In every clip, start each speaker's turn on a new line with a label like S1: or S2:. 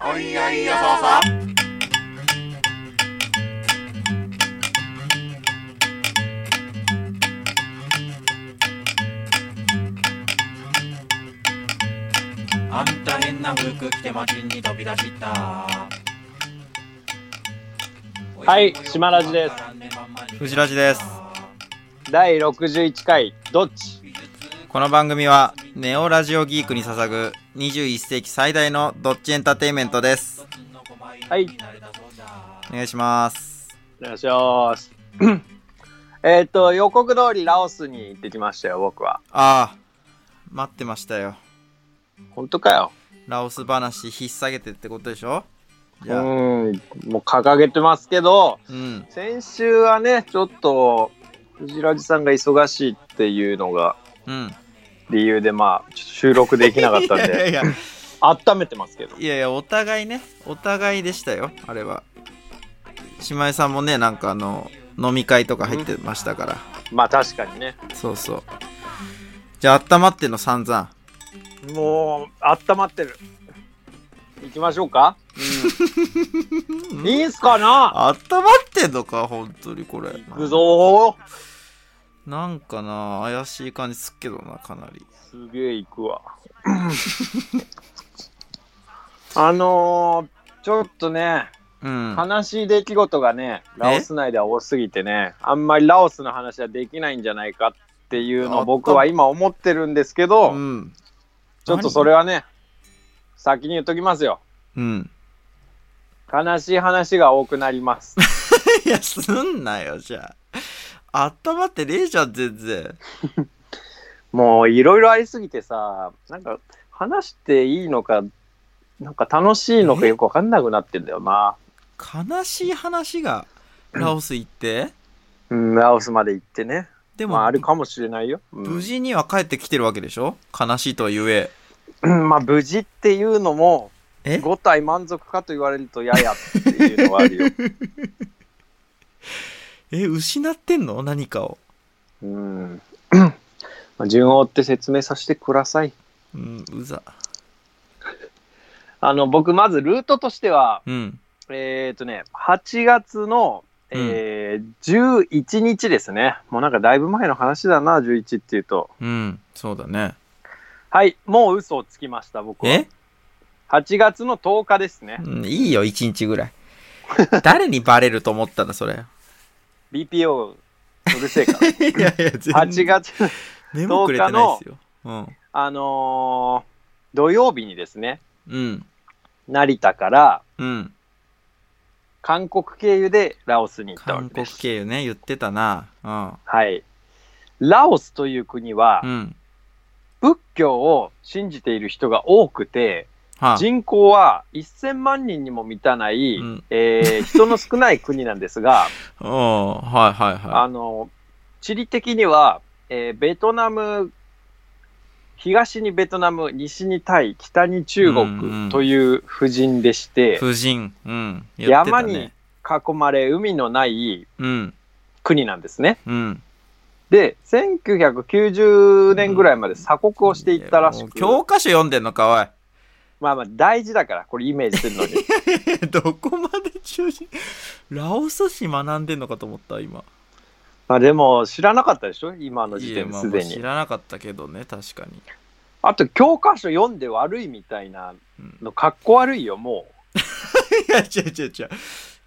S1: おいおいよそうそうあんた変な服着て街に飛び出した
S2: はい島ラジです
S3: 藤ラジです
S2: 第61回どっち
S3: この番組はネオラジオギークに捧ぐ21世紀最大のドッジエンターテインメントです
S2: はい
S3: お願いします
S2: お願いします えっと予告通りラオスに行ってきましたよ僕は
S3: ああ待ってましたよ
S2: 本当かよ
S3: ラオス話引っ提げてってことでしょ
S2: う
S3: じゃあ
S2: ーんもう掲げてますけど
S3: うん
S2: 先週はねちょっと藤ラジさんが忙しいっていうのが
S3: うん
S2: 理由でまあちょっと収録できなかったん
S3: いや
S2: で
S3: いや
S2: 温めてますけど
S3: いやいやお互いねお互いでしたよあれは姉妹さんもねなんかあの飲み会とか入ってましたから、
S2: まあ確かにね
S3: そうそうじゃあ温まってんの散々
S2: もう温まってる行きましょうか、 うん、いいんすかな
S3: 温まってんのか本当にこれ
S2: 行くぞー
S3: なんかな怪しい感じすっけどなかなり
S2: すげえ行くわ あのー、ちょっとね
S3: うん
S2: 悲しい出来事がねラオス内では多すぎてねあんまりラオスの話はできないんじゃないかっていうのを僕は今思ってるんですけど、
S3: うん
S2: ちょっとそれはね先に言っときますよ
S3: うん
S2: 悲しい話が多くなり ます
S3: いやすんなよじゃあ温まってねえじゃん全然
S2: もういろいろありすぎてさなんか話していいのかなんか楽しいのかよくわかんなくなってんだよな
S3: 悲しい話がラオス行って
S2: うんラオスまで行ってね
S3: でも、
S2: まああるかもしれないよ、うん
S3: 無事には帰ってきてるわけでしょ悲しいとはゆえ
S2: うんまあ無事っていうのも
S3: え
S2: 5体満足かと言われるとややっていうのはあるよ、
S3: え失ってんの何かを
S2: うん、 まあ順を追って説明させてください
S3: うんうざ
S2: あの僕まずルートとしては
S3: うん
S2: えっ、とね、8月の、えー11日ですね。もうなんかだいぶ前の話だな、11っていうと。
S3: うんそうだね
S2: はい、もう嘘をつきました、僕は
S3: え。
S2: 8月の10日ですね。
S3: うんいいよ一日 ぐらい誰にバレると思ったんだそれ
S2: BPO、うるせえ から。
S3: いやいや全
S2: 8月、
S3: 目もくれてないですようん
S2: あのー土曜日にですね、
S3: うん
S2: 成田から
S3: うん
S2: 韓国経由でラオスに行ったわ
S3: 韓
S2: けで
S3: 国
S2: す。
S3: 経由ね言ってたな
S2: はい。ラオスという国は
S3: うん、うん
S2: 仏教を信じている人が多くて、
S3: は
S2: 人口は1000万人にも満たない、
S3: うん
S2: えー人の少ない国なんですが、
S3: あ、おうはいはいは
S2: あの地理的には、えーベトナム東にベトナム西にタイ北に中
S3: うんうん
S2: 国という布陣でし
S3: い
S2: て、
S3: 夫人うん言って
S2: 山
S3: た
S2: に
S3: ね
S2: 囲まれ海のない
S3: うん
S2: 国なんですね。
S3: うん
S2: で1990年ぐらいまで鎖国をしていったらしく、
S3: 教科書読んでんのかおい
S2: まあまあ大事だからこれイメージするのに
S3: えどこまで中心ラオス史学んでんのかと思った今
S2: まあでも知らなかったでしょ今の時
S3: いや
S2: 点
S3: ま
S2: です
S3: あ
S2: でに
S3: 知。らなかったけどね確かに
S2: あと教科書読んで悪いみたいな
S3: うん
S2: のかっこ悪いよも
S3: いや違う違う違う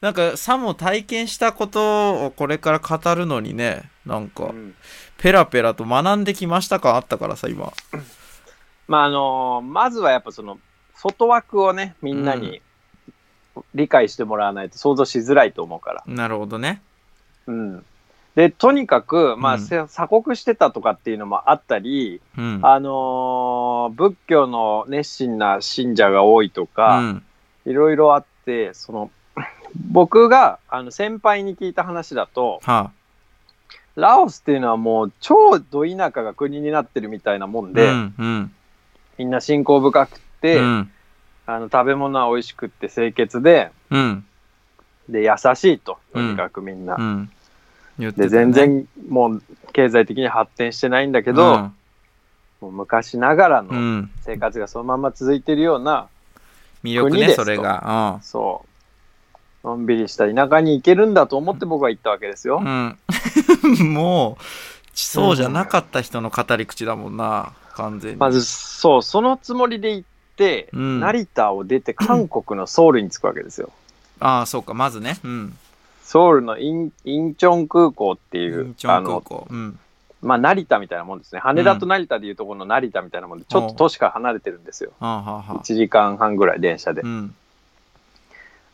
S3: なんかさも体験したことをこれから語るのにねなん
S2: う、
S3: か
S2: うん
S3: ペラペラと学んできました感あったからさ今
S2: まああのーまずはやっぱその外枠をねみんなに理解してもらわないと想像しづらいと思うから、
S3: なるほどね
S2: うん、でとにかく、まあ
S3: うん
S2: せ鎖国してたとかっていうのもあったり、
S3: うん
S2: あのー仏教の熱心な信者が多いと
S3: う
S2: か、
S3: ん
S2: いろいろあってその僕があの先輩に聞いた話だと、
S3: はあ
S2: ラオスっていうのはもう超ど田舎が国になってるみたいなもんで、
S3: うんうん
S2: みんな信仰深くて、
S3: うん
S2: あの食べ物は美味しくって清潔で、
S3: うん
S2: で、優しいと、と
S3: うん
S2: にかくみんな。
S3: うん言ってた
S2: で、全
S3: ね
S2: 然もう経済的に発展してないんだけど、もう昔ながら
S3: う
S2: の
S3: ん
S2: 生活がそのまま続いてるような
S3: 魅力
S2: 国
S3: ね
S2: ですと
S3: それが
S2: そう。のんびりした田舎に行けるんだと思って僕は行ったわけですよ
S3: う。ん、うん もうそうじゃなかった人の語り口だもんな完全に、
S2: まず、そう、そのつもりで行って、
S3: うん
S2: 成田を出て韓国のソウルに着くわけですよ。
S3: ああそうかまずねうん
S2: ソウルのインインチョン空港って
S3: イ
S2: いう
S3: ン、チョ
S2: あ
S3: ン空
S2: の、
S3: 港うん
S2: まあ、成田みたいなもんですね。羽田と成田でいうところの成田みたいなもんで、ちょっと都市から離れてるんですよ。
S3: はあはあはあ
S2: 1時間半ぐらい電車で
S3: う。ん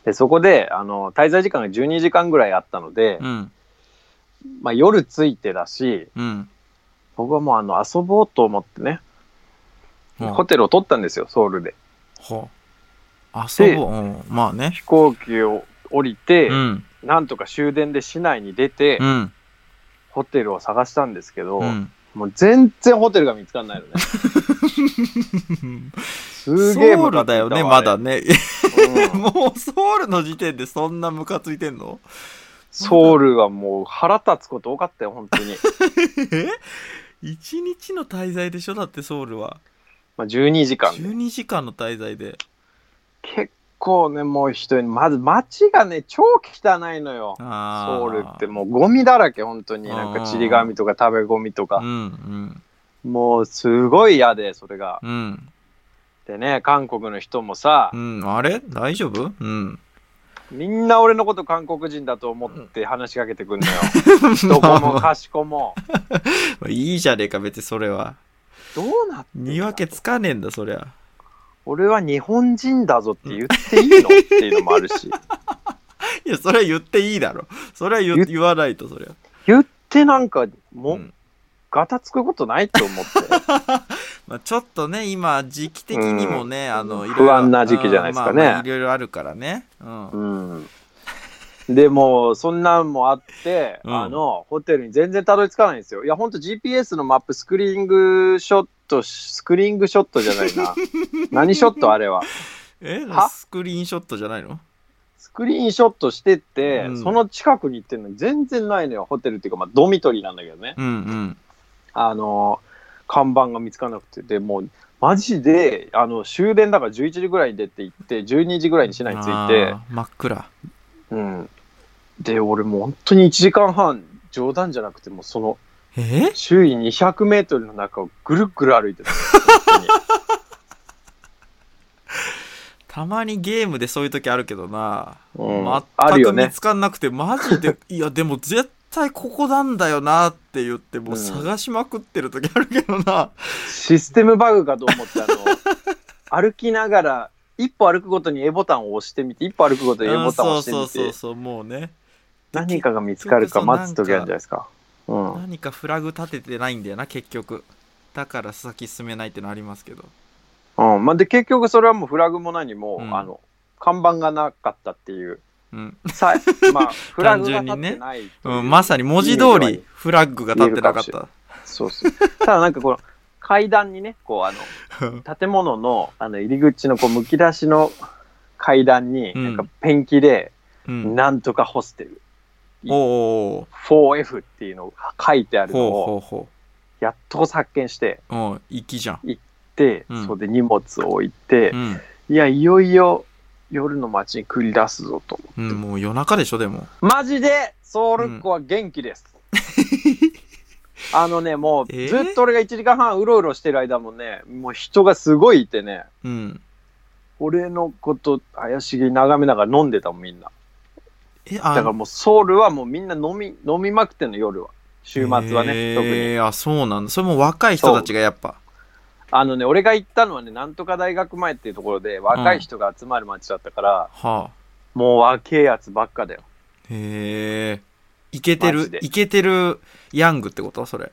S2: で、そこで、あの、滞在時間が12時間ぐらいあったので、
S3: うん
S2: まあ、夜着いてだし、
S3: うん
S2: 僕はもうあの、遊ぼうと思ってね、
S3: うん
S2: ホテルを取ったんですよ、ソウルで。
S3: ほう遊ぼう、うん、まあね
S2: 飛行機を降りて、
S3: うん
S2: なんとか終電で市内に出て、
S3: うん
S2: ホテルを探したんですけど、
S3: うん
S2: もう全然ホテルが見つかんないのね。すげえ
S3: ソウルだよねまだ
S2: ね。
S3: ね
S2: うん
S3: もうソウルの時点でそんなムカついてんの
S2: ソウルはもう腹立つこと多かったよ、本 当に。
S3: え一日の滞在でしょだってソウルは
S2: まあ、12時間で。
S3: 12時間の滞在で
S2: 結構ね、もう人に、まず街がね、超汚いのよ。
S3: あー
S2: ソウルってもうゴミだらけ、本当に。なんかちり紙とか食べゴミと
S3: う
S2: か。
S3: んうん
S2: もうすごい嫌で、それが。
S3: うん
S2: でね、韓国の人もさ
S3: う、んあれ大丈夫うん
S2: みんな俺のこと韓国人だと思って話しかけてくんのよ。 どこもかしこも。
S3: いいじゃねえか別にそれは
S2: どうなってんだ
S3: 見分けつかねえんだそりゃ
S2: 俺は日本人だぞって言っていいのっていうのもある し。
S3: いやそれは言っていいだろそれは言
S2: 言っ
S3: 言わないとそりゃ
S2: 言ってなんか、も、
S3: うん
S2: ガタつくことないと 思って。
S3: まあ、ちょっとね今時期的にもね、あのいろいろ
S2: 不安な時期じゃないですかね
S3: うんまあまあいろいろあるからねうん、
S2: うん。でも、そんなんもあって、
S3: うん
S2: あの、ホテルに全然たどり着かないんですよ。いや、ほんと GPS のマップスクリーングショットし、スクリーングショットじゃない な。何ショットあれは。
S3: え
S2: は
S3: スクリーンショットじゃないの
S2: スクリーンショットしてって、
S3: うん
S2: その近くに行ってるのに全然ないのよ。ホテルっていうか、まあ、ドミトリーなんだけどね。
S3: うんうん
S2: あの、看板が見つからなくて、でもう、マジで、あの、終電だから11時ぐらいに出て行って、12時ぐらいに市内に着いて
S3: あ、ー真っ暗
S2: うん。で、俺もう本当に1時間半、冗談じゃなくて、もうその、
S3: えー
S2: 周囲200メートルの中をぐるぐる歩いてた。本当に
S3: たまにゲームでそういう時あるけどな、
S2: うんある
S3: 全
S2: よ
S3: く
S2: ね
S3: 見つかんなくて、マジ でいやでも絶対ここなんだよなって言ってもううん探しまくってる時あるけどな、
S2: システムバグかと思って、あの、 歩きながら、一歩歩くごとに A ボタンを押してみて、一歩歩くごとに A
S3: うん
S2: ボタンを
S3: そう
S2: 押
S3: そ
S2: してみ
S3: うそう
S2: て、
S3: そうもうね
S2: 何かが見つかるか待つときあるんじゃないですか。うん。
S3: 何かフラグ立ててないんだよな結局だから先進めないってのありますけど
S2: うんまあ、で結局それはもうフラグも何も、
S3: うん
S2: あの看板がなかったっていう
S3: うん、
S2: さまあフラグが立ってないという
S3: うん、まさに文字
S2: い
S3: 通
S2: い意味ではい
S3: り
S2: い
S3: フラッグが立ってなかった
S2: そうそうただなんかこの階段にねこうあの建物のあの入り口のこうむき出しの階段に、
S3: うん
S2: なんかペンキで「
S3: うん、
S2: なんとかホステル
S3: おお
S2: 4F」っていうのを書いてあるの
S3: ほう
S2: を
S3: ほうほ
S2: やっと発見して
S3: ううん粋じゃん
S2: で、
S3: うん
S2: それで荷物を置いて
S3: う、ん、
S2: いやいよいよ夜の街に繰り出すぞと
S3: うん、もう夜中でしょでも
S2: マジでソウルっ子は元気です。あのね、もう
S3: えー
S2: ずっと俺が1時間半うろうろしてる間もね、もう人がすごいいてね、
S3: うん
S2: 俺のこと怪しげに眺めながら飲んでたもんみんな。
S3: え
S2: だ
S3: あ
S2: からもうソウルはもうみんな飲み、飲みまくってんの夜は。週末はね、
S3: えー
S2: 特に。
S3: あそうなんだそれも若い人たちがやっぱ
S2: あのね、俺が行ったのはね、なんとか大学前っていうところで若い人が集まる街だったから、
S3: はあ
S2: もう若えやつばっかだよ。
S3: へえいけて
S2: マ
S3: る
S2: ジで
S3: いけてるヤングってことそれ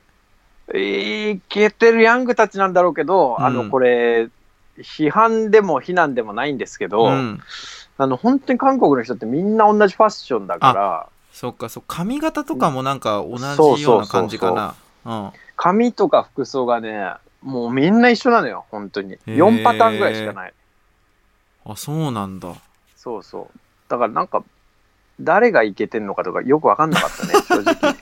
S2: えーいけてるヤングたちなんだろうけど、あ
S3: う
S2: の、
S3: ん
S2: これ、批判でも非難でもないんですけど、
S3: うん
S2: あの、本当に韓国の人ってみんな同じファッションだから、
S3: そっかそう髪型とかもなんか
S2: そ
S3: 同
S2: う
S3: じよう
S2: そうそう
S3: な
S2: そう
S3: 感じかなうん
S2: 髪とか服装がね、もうみんな一緒なのよ、本当に。
S3: へー
S2: 4パターンぐらいしかない。
S3: あそうなんだ
S2: そうそう。だからなんか、誰がいけてんのかとかよくわかんなかったね、正直。
S3: と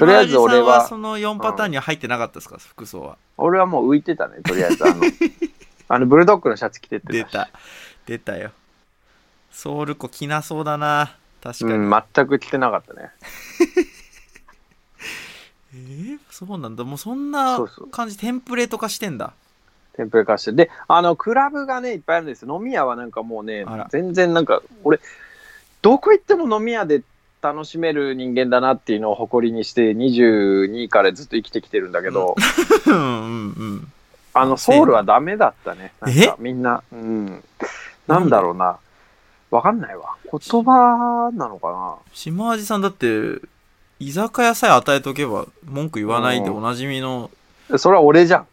S2: とりあえず俺は
S3: その4パターンには入ってなかったですか、服装は
S2: 俺はもう浮いてたね、とりあえず。あの、あのブルドッグのシャツ着てって
S3: 出
S2: たし。
S3: た出たよソウル湖着なそうだな確かに、
S2: うん、全く着てなかったね。
S3: えーそうなんだもうそんな
S2: そうそう
S3: 感じテンプレート化してんだ
S2: テンプレ化して。で、あの、クラブがね、いっぱいあるんですよ。飲み屋はなんかもうね
S3: あら、
S2: 全然なんか、俺、どこ行っても飲み屋で楽しめる人間だなっていうのを誇りにして、22からずっと生きてきてるんだけど、
S3: うんうんうん
S2: あ の、ソウルはダメだったね。なん
S3: え
S2: かみんな、うん。なんだろうな。わかんないわ。言葉なのか
S3: 島味さんだって居酒屋さえ与えとけば文句言わないでおなじみの、
S2: な。それは俺じゃん。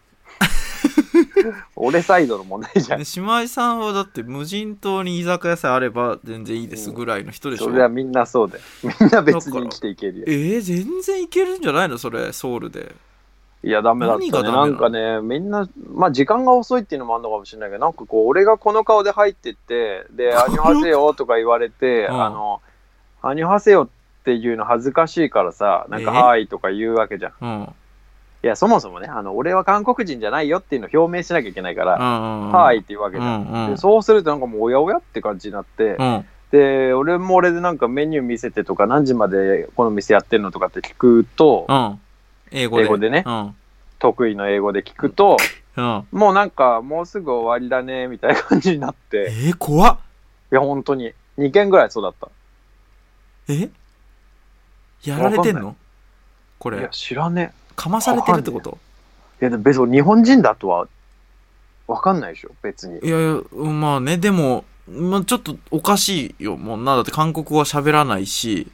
S2: 俺サイドの問題じゃん。
S3: ね島味さんはだって無人島に居酒屋さえあれば全然いいですぐらいの人でしょ、
S2: それはみんなそうで。みんな別に生きていけるよ
S3: え。ー、全然いけるんじゃないのそれソウルで
S2: いや、ダメだったね。
S3: 何がダメな
S2: な
S3: の
S2: んかね、みんな、まあ、時間が遅いっていうのもあるのかもしれないけど、なんかこう、俺がこの顔で入ってって、 で、アニョハセヨとか言われて、
S3: うん
S2: あの、アニョハセヨっていうの恥ずかしいからさ、なんか、
S3: え
S2: はーいとか言うわけじゃん。
S3: うんうん
S2: いや、そもそもね、あの、俺は韓国人じゃないよっていうのを表明しなきゃいけないから、
S3: うん
S2: はーい
S3: い
S2: って言うわけ
S3: う
S2: じゃん。
S3: んうん
S2: でそうするとなんかもうおやおやって感じになって、
S3: うん
S2: で俺も俺でなんかメニュー見せてとか何時までこの店やってんのとかって聞くと、
S3: うん英語
S2: 英
S3: で
S2: 語でね
S3: うん
S2: 得意の英語で聞くと、
S3: うん
S2: もうなんか、もうすぐ終わりだね、みたいな感じになっ
S3: え
S2: て。
S3: ー、怖っ
S2: いや、本当に。2件ぐらいそうだった。
S3: えやられてんのこ
S2: いや、
S3: れ
S2: 知らね
S3: かまされてるってこと
S2: え。いや、でも別に日本人だとは、わかんないでしょ、別に。
S3: いやいやうんまあねでも、まあ、ちょっとおかしいよもうなだって韓国語は喋らないし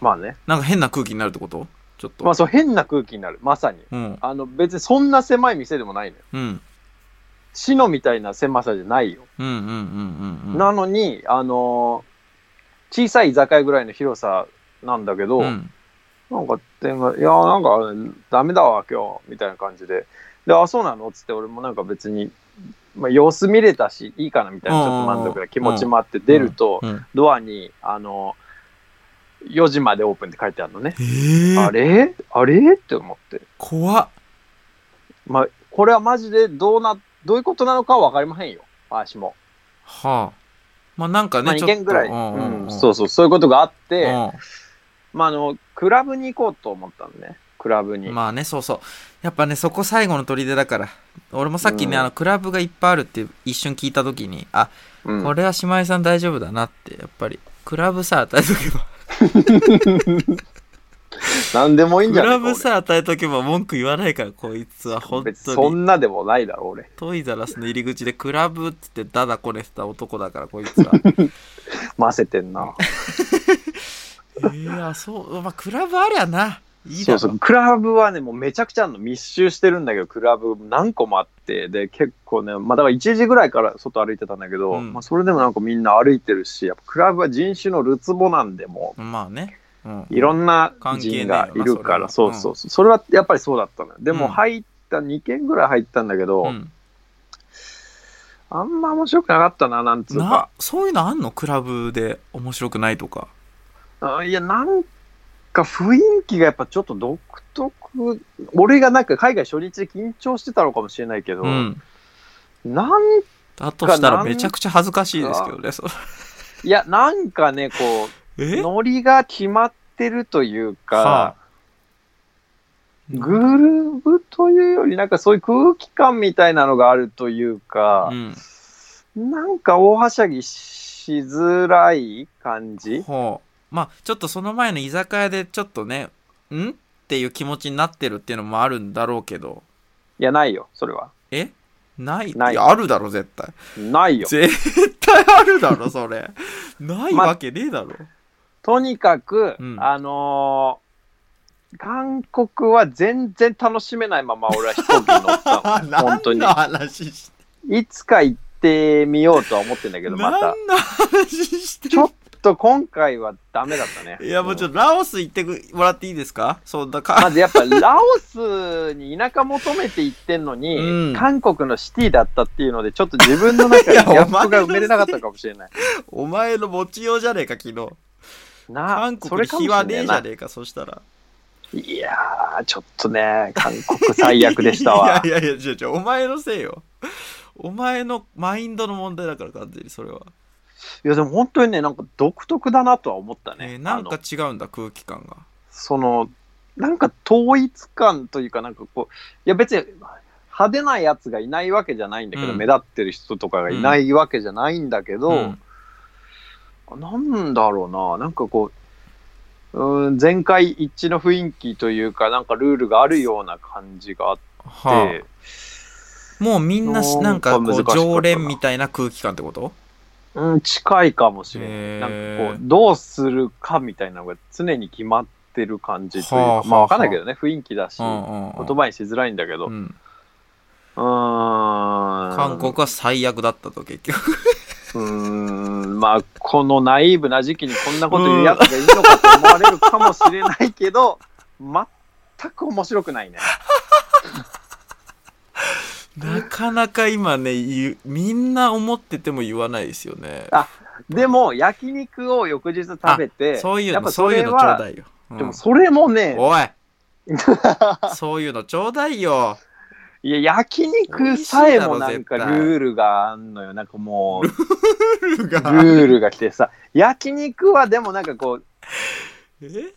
S2: まあね。
S3: なんか変な空気になるってことちょっと、
S2: まあ、そう、変な空気になる。まさに。
S3: うん
S2: あの、別にそんな狭い店でもないのよ。
S3: うん
S2: シノみたいな狭さじゃないよ。
S3: うんうんうんうんうん
S2: なのに、あのー小さい居酒屋ぐらいの広さなんだけど、
S3: うん
S2: なんか電話、いや、なんか、ダメだわ、今日、みたいな感じで。で、あ、そうなのっつって、俺もなんか別に、まあ、様子見れたし、いいかな、みたいな、ちょっと満足な気持ちもあって、出ると、
S3: うん
S2: ドアに、あの、4時までオープンって書いてあるのね。
S3: えー、
S2: あれあれって思って。
S3: 怖っ
S2: まあ、これはマジでどうな、どういうことなのかは分かりませんよ、私も。
S3: はあまあなんかね、
S2: まあ、2件ぐらい、
S3: うんうん
S2: う
S3: うんん、
S2: そうそう、そういうことがあって、
S3: う
S2: まあ、あの、クラブに行こうと思ったのね、クラブに。
S3: ん、まあねそうそうやっぱねそこ最後の砦だから俺もさっきね、
S2: うん
S3: あのクラブがいっぱいあるって一瞬聞いた時にあ、
S2: うん
S3: これは姉妹さん大丈夫だなってやっぱりクラブさ与えとけば
S2: なんでもいいん
S3: ク
S2: じゃない
S3: ラ
S2: か
S3: ブ
S2: 俺
S3: さ与えとけば文句言わないからこいつは本
S2: 別に
S3: 当
S2: そ
S3: に
S2: んなでもないだろ俺
S3: トイザラスの入り口でクラブっつってダダこねてた男だからこいつは
S2: 混ぜてんな
S3: えー、あそうまあクラブありゃないいだ
S2: そ
S3: ろ
S2: うそうクラブはねもうめちゃくちゃあんの密集してるんだけどクラブ何個もあってで結構ねまあだから1時ぐらいから外歩いてたんだけど、
S3: うん
S2: まあ、それでもなんかみんな歩いてるしやっぱクラブは人種のるつぼなんでも
S3: まあね、うん、
S2: ういろんな
S3: 関係
S2: 人が
S3: ないよない
S2: るからそ
S3: それ
S2: う
S3: は
S2: そうそうそれはやっぱりそうだったのよで
S3: う
S2: も
S3: ん
S2: 入った2軒ぐらい入ったんだけど、
S3: うん
S2: あんま面白くなかったななんつう
S3: な
S2: か
S3: そういうのあんのクラブで面白くないとか
S2: あいや、なんか雰囲気がやっぱちょっと独特。俺がなんか海外初日で緊張してたのかもしれないけど、
S3: うん
S2: なん、
S3: だとしたらめちゃくちゃ恥ずかしいですけどねそれ
S2: いや、なんかね、こう、
S3: え
S2: ノリが決まってるという
S3: は
S2: か、グルーブというより、なんかそういう空気感みたいなのがあるというか
S3: う、ん
S2: なんか大はしゃぎしづらい感じ。
S3: ほうまあちょっとその前の居酒屋でちょっとねんっていう気持ちになってるっていうのもあるんだろうけど
S2: いや、ないよ、それは。
S3: えない
S2: ない
S3: やあるだろ絶対
S2: ないよ。
S3: 絶対あるだろそ れないわけねえだろ、
S2: とにかく、
S3: うん
S2: あのー韓国は全然楽しめないまま俺は飛行機に乗ったの本当
S3: 何の
S2: に
S3: 話し
S2: いつか行ってみようとは思ってんだけどまた
S3: 何の話して
S2: ちょっと今回はダメだったね
S3: いやもうちょ
S2: っ
S3: っとラオス行ってくもらっていいですかそうだか
S2: まずやっぱラオスに田舎求めて行ってんのに、
S3: うん
S2: 韓国のシティだったっていうのでちょっと自分の中
S3: い
S2: でギ
S3: や
S2: ャップが埋めれなかったかもしれない
S3: お前の持ちようじゃねえか昨日
S2: なあ
S3: 韓
S2: そ
S3: 国
S2: れ
S3: に
S2: かも
S3: 日
S2: しれな
S3: は
S2: な
S3: いねえじゃねえかそしたら
S2: いやーちょっとね韓国最悪でしたわ
S3: いやいやいや違う違うお前のせいよお前のマインドの問題だから完全にそれは、
S2: いやでも本当にねなんか独特だなとは思ったね、
S3: えーなん
S2: あ
S3: か
S2: の
S3: 違うんだ空気感が
S2: そのなんか統一感というかなんかこういや別に派手なやつがいないわけじゃないんだけど、
S3: うん
S2: 目立ってる人とかがいないわけじゃないんだけど、
S3: うん
S2: なんだろうな、なんかこう、うーん、全会一致の雰囲気というか、なんかルールがあるような感じがあって、
S3: はあ、もうみんなし
S2: な
S3: なん
S2: ん
S3: か
S2: か
S3: こ
S2: 難しか
S3: う
S2: ったな
S3: 常連みたいな空気感ってこと
S2: うん、近いかもしれ
S3: へ
S2: ない。
S3: ー
S2: なんかこう、どうするかみたいなのが常に決まってる感じというか、
S3: はあはあ
S2: まあわかんないけどね、雰囲気だし、
S3: う
S2: 言
S3: んうんうん
S2: 葉にしづらいんだけど、う
S3: うん
S2: ーん、
S3: 韓国は最悪だったと結局
S2: うーんまあこのナイーブな時期にこんなこと言うやつがいるのかと思われるかもしれないけど、 全く面白くないね。
S3: なかなか今ね言うみんな思ってても言わないですよね
S2: あでも焼肉を翌日食べて
S3: そういう
S2: やっ
S3: の
S2: ぱ
S3: そ
S2: そう
S3: いう
S2: れ
S3: のちょう
S2: は
S3: だいよ、うん
S2: でもそれもね
S3: おい そういうのちょうだいよ
S2: いや焼肉さえもなんか
S3: 美味しいだろ絶対
S2: ルールがあんのよなんかもう
S3: ルール
S2: ル
S3: が
S2: ールが来てさ焼肉はでもなんかこう
S3: え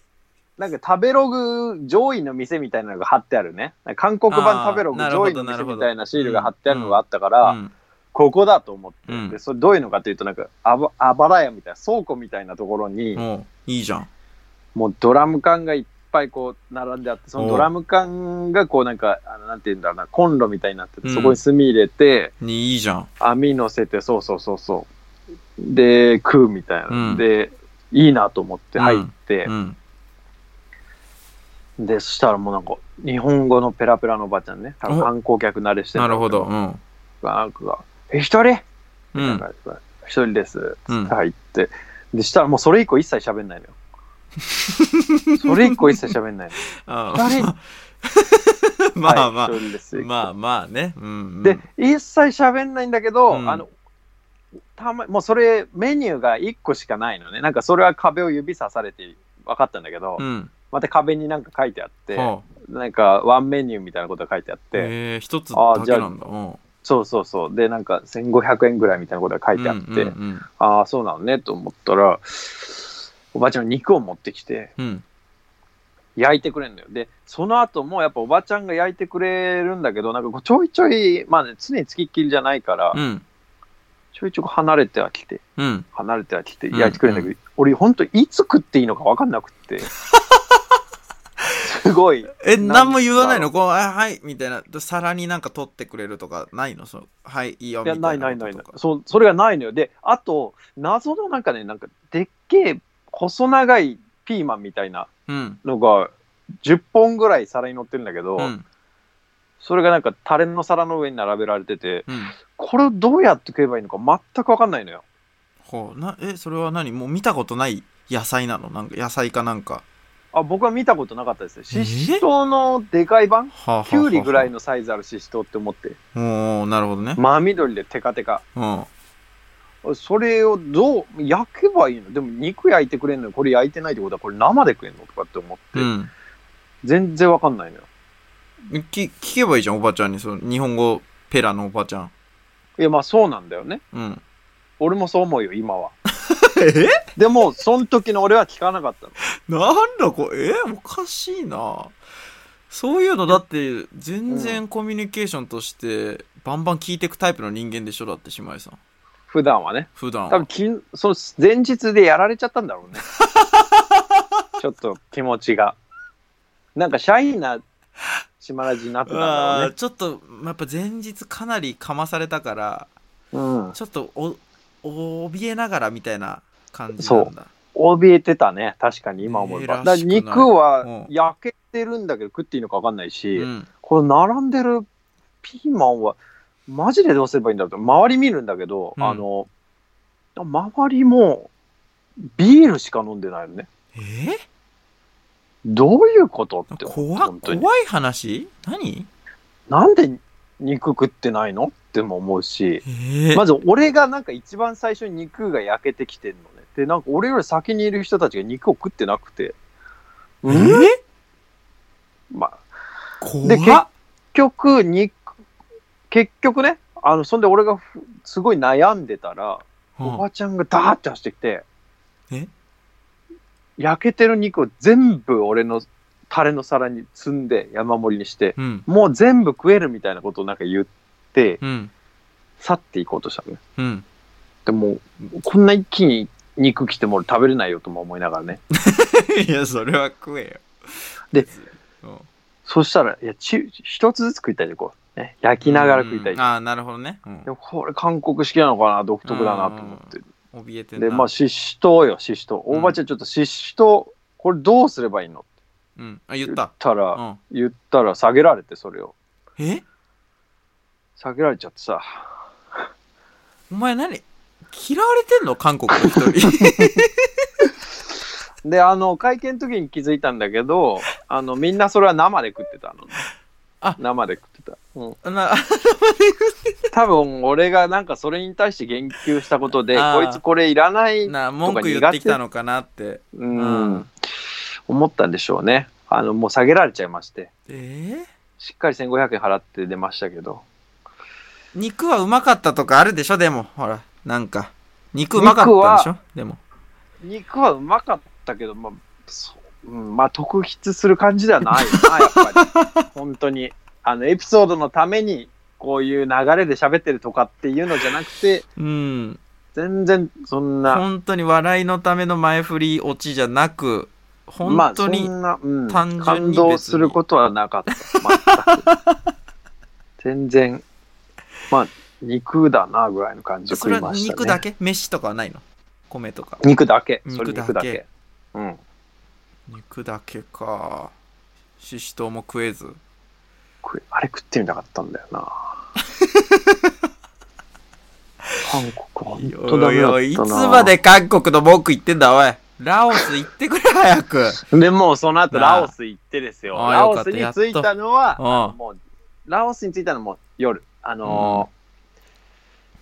S2: なんか食べログ上位の店みたいなのが貼ってあるねなんか韓国版食べログ
S3: あーなるほ
S2: 上
S3: ど
S2: 位の
S3: な
S2: 店
S3: るほど
S2: みたいなシールが貼ってあるのがあったか
S3: う
S2: ら、
S3: ん
S2: ここだと思って、
S3: うん
S2: でそれどういうのかというとなんかあばあばら屋みたいな倉庫みたいなところに、
S3: もういいじゃん
S2: もうドラム缶がいっぱいこう並んであってそのドラム缶がこうなんかあのなんて言うんだろうなコンロみたいになってて
S3: うん
S2: そこに炭入れて、
S3: にいいじゃん
S2: 網乗せてそうそうそうそうで食うみたいな、
S3: うん
S2: でいいなと思って入って、
S3: うん
S2: でそしたらもうなんか日本語のペラペラのおばちゃんね多分
S3: お
S2: 観光客慣れして
S3: な
S2: た
S3: るほどうん
S2: なんか「え一人?」
S3: う
S2: なんんか一人です」
S3: うん
S2: 入ってでしたらもうそれ以降一切喋んないの よそれ以降一切喋んないの
S3: あ
S2: 誰
S3: まあ まあまあ
S2: はい、一人です
S3: まあまあね。うん、うん。
S2: で、一切喋んないんだけど、
S3: うん
S2: あのたまもうそれメニューが1個しかないのねなんかそれは壁を指さされて分かったんだけど、
S3: うん。
S2: また壁になんか書いてあって、
S3: はあ、
S2: なんかワンメニューみたいなことが書いてあって、
S3: えー、一つ
S2: あ
S3: だ
S2: じゃ
S3: け
S2: あ
S3: なんだ。うん。
S2: そうそうそうでなんか1500円ぐらいみたいなことが書いてあって、
S3: うんうん
S2: ああそうなのねと思ったらおばちゃんが肉を持ってきて
S3: うん。うん
S2: 焼いてくれるのよでその後もやっぱおばちゃんが焼いてくれるんだけどなんかこうちょいちょいまあね常につきっきりじゃないから、
S3: うん。
S2: ちょいちょい離れてはきて
S3: うん。
S2: 離れてはきて
S3: うん
S2: 焼いてくれるんだけど、俺ほんといつ食っていいのか分かんなくってすごい
S3: え、
S2: なん
S3: 何も言わないのこう、あ、はい、みたいな。皿になんか取ってくれるとか、ないのそうはい、いいよ、
S2: い
S3: みた
S2: や
S3: いな。
S2: ないないないないそうそれがないのよであと謎のなんかねなんかでっけえ細長いピーマンみたいな
S3: うん。
S2: のが10本ぐらい皿に乗ってるんだけど、
S3: うん。
S2: それがなんかタレの皿の上に並べられてて
S3: うん。
S2: これをどうやって食えばいいのか全く分かんないのよ
S3: ほう。な、え、それは何もう見たことない野菜なのなんか、野菜かなんか。
S2: あ僕は見たことなかったですね
S3: え
S2: ししとうのでかい版
S3: はあ、はあはあ、
S2: きゅうりぐらい。のサイズあるししとうって思って
S3: おおなるほどね。
S2: 真緑でテカテカ
S3: うん。
S2: それをどう焼けばいいのでも肉焼いてくれんのにこれ焼いてないってことはこれ生で食えんのとかって思って、
S3: うん。
S2: 全然わかんないのよ
S3: き聞けばいいじゃん、おばちゃんに。その日本語ペラのおばちゃん。
S2: いやまあそうなんだよね
S3: うん。
S2: 俺もそう思うよ今は
S3: え
S2: でもその時の俺は聞かなかったの
S3: なんだこれ、えおかしいな。そういうのだって、全然コミュニケーションとして、バンバン聞いてくタイプの人間でしょだって、姉妹さん。
S2: 普段はね
S3: 普段
S2: 多分
S3: は。
S2: きその前日でやられちゃったんだろう ねちょっと気持ちがなんかシャイな島ラジになってたんだろ
S3: あーちょっと、やっぱ前日かなりかまされたから、
S2: うね
S3: ちょっとお、お、怯えながらみたいな感じなんだ。
S2: うん怯えてたね確かに今思えば、
S3: え
S2: だ
S3: ー
S2: から
S3: らしくない
S2: 肉は
S3: うん
S2: 焼けてるんだけど食っていいのかわかんないし、
S3: うん。
S2: この並んでるピーマンはマジでどうすればいいんだろうと周り見るんだけど、
S3: うん
S2: あの周りもビールしか飲んでないよね
S3: え
S2: どういうことって思う
S3: 怖
S2: 本当に
S3: 怖い話何
S2: なんで肉食ってないのっても思うし
S3: え
S2: まず俺がなんか一番最初に肉が焼けてきてんのねでなんか俺より先にいる人たちが肉を食ってなくて
S3: え
S2: うん、まあ
S3: 怖
S2: で
S3: っ
S2: 結局肉結局ねあの、そんで俺がふすごい悩んでたら、
S3: うん
S2: おばちゃんがダーって走ってきて、
S3: え
S2: 焼けてる肉を全部俺のタレの皿に積んで山盛りにして、
S3: うん。
S2: もう全部食えるみたいなことをなんか言って、
S3: うん。
S2: 去っていこうとしたのね。
S3: うん。
S2: でも、こんな一気に肉来ても俺食べれないよとも思いながらね。
S3: いや、それは食えよ。
S2: で
S3: うん、
S2: そしたら、いや、ち一つずつ食いたいでこう。ね、焼きながら食いたい。
S3: うんああ、なるほどね。うん
S2: でもこれ韓国式なのかな独特だなと思って。
S3: 怯えてんな
S2: で、まあ、ししとうよ、ししとう。
S3: うん
S2: おばちゃん、ちょっとししとう、これどうすればいいのって
S3: うん。あ、言
S2: 言
S3: っ。
S2: ったたら、
S3: うん。
S2: 言ったら下げられて、それを。
S3: え
S2: 下げられちゃってさ。
S3: お前何嫌われてんの韓国の人 に。
S2: で、あの、会見の時に気づいたんだけど、あの、みんなそれは生で食ってたの。
S3: あ
S2: 生で食ってた。うん。
S3: な
S2: 多分、俺がなんかそれに対して言及したことで、
S3: あ
S2: こ
S3: ー
S2: いつこれいらない、
S3: な文句言ってきたのかなって。
S2: うん、
S3: うん
S2: 思ったんでしょうね。あの、もう下げられちゃいまして。
S3: え
S2: しっかり1500円払って出ましたけど。
S3: ー、肉はうまかったとかあるでしょでも、ほら、なんか。肉うまかったでしょでも。
S2: 肉はうまかったけど、まあ、そう、うん、まあ、特筆する感じではないな、やっぱ り。本当に。あの、エピソードのために、こういう流れで喋ってるとかっていうのじゃなくて、
S3: うん。
S2: 全然そんな、
S3: 本当に笑いのための前振り落ちじゃなく、
S2: まあ
S3: 本、
S2: そ
S3: 当に、
S2: んな、うん、
S3: 単純
S2: 感
S3: に
S2: 動することはなかった。全 く全然、まあ、肉だな、ぐらいの感じで
S3: そ
S2: 食
S3: れ
S2: い
S3: は
S2: ましたね。
S3: 肉だけ飯とかはないの米とか。
S2: 肉だけ。それ肉
S3: 肉だけ
S2: だけ。うん。
S3: 肉だけか。ししとうも食えず。
S2: 食えあれ食ってみたかったんだよな 韓国本当ダ
S3: お
S2: メ
S3: い
S2: だった
S3: お
S2: ない
S3: いつまで韓国の文句言ってんだ、おい。ラオス行ってくれ、早く。
S2: でもうその後
S3: なあ
S2: ラオス行ってですよ
S3: ああ
S2: ラオス
S3: よか
S2: に
S3: った
S2: 着いたのは
S3: うん
S2: もうラオスに着いたのも夜あのー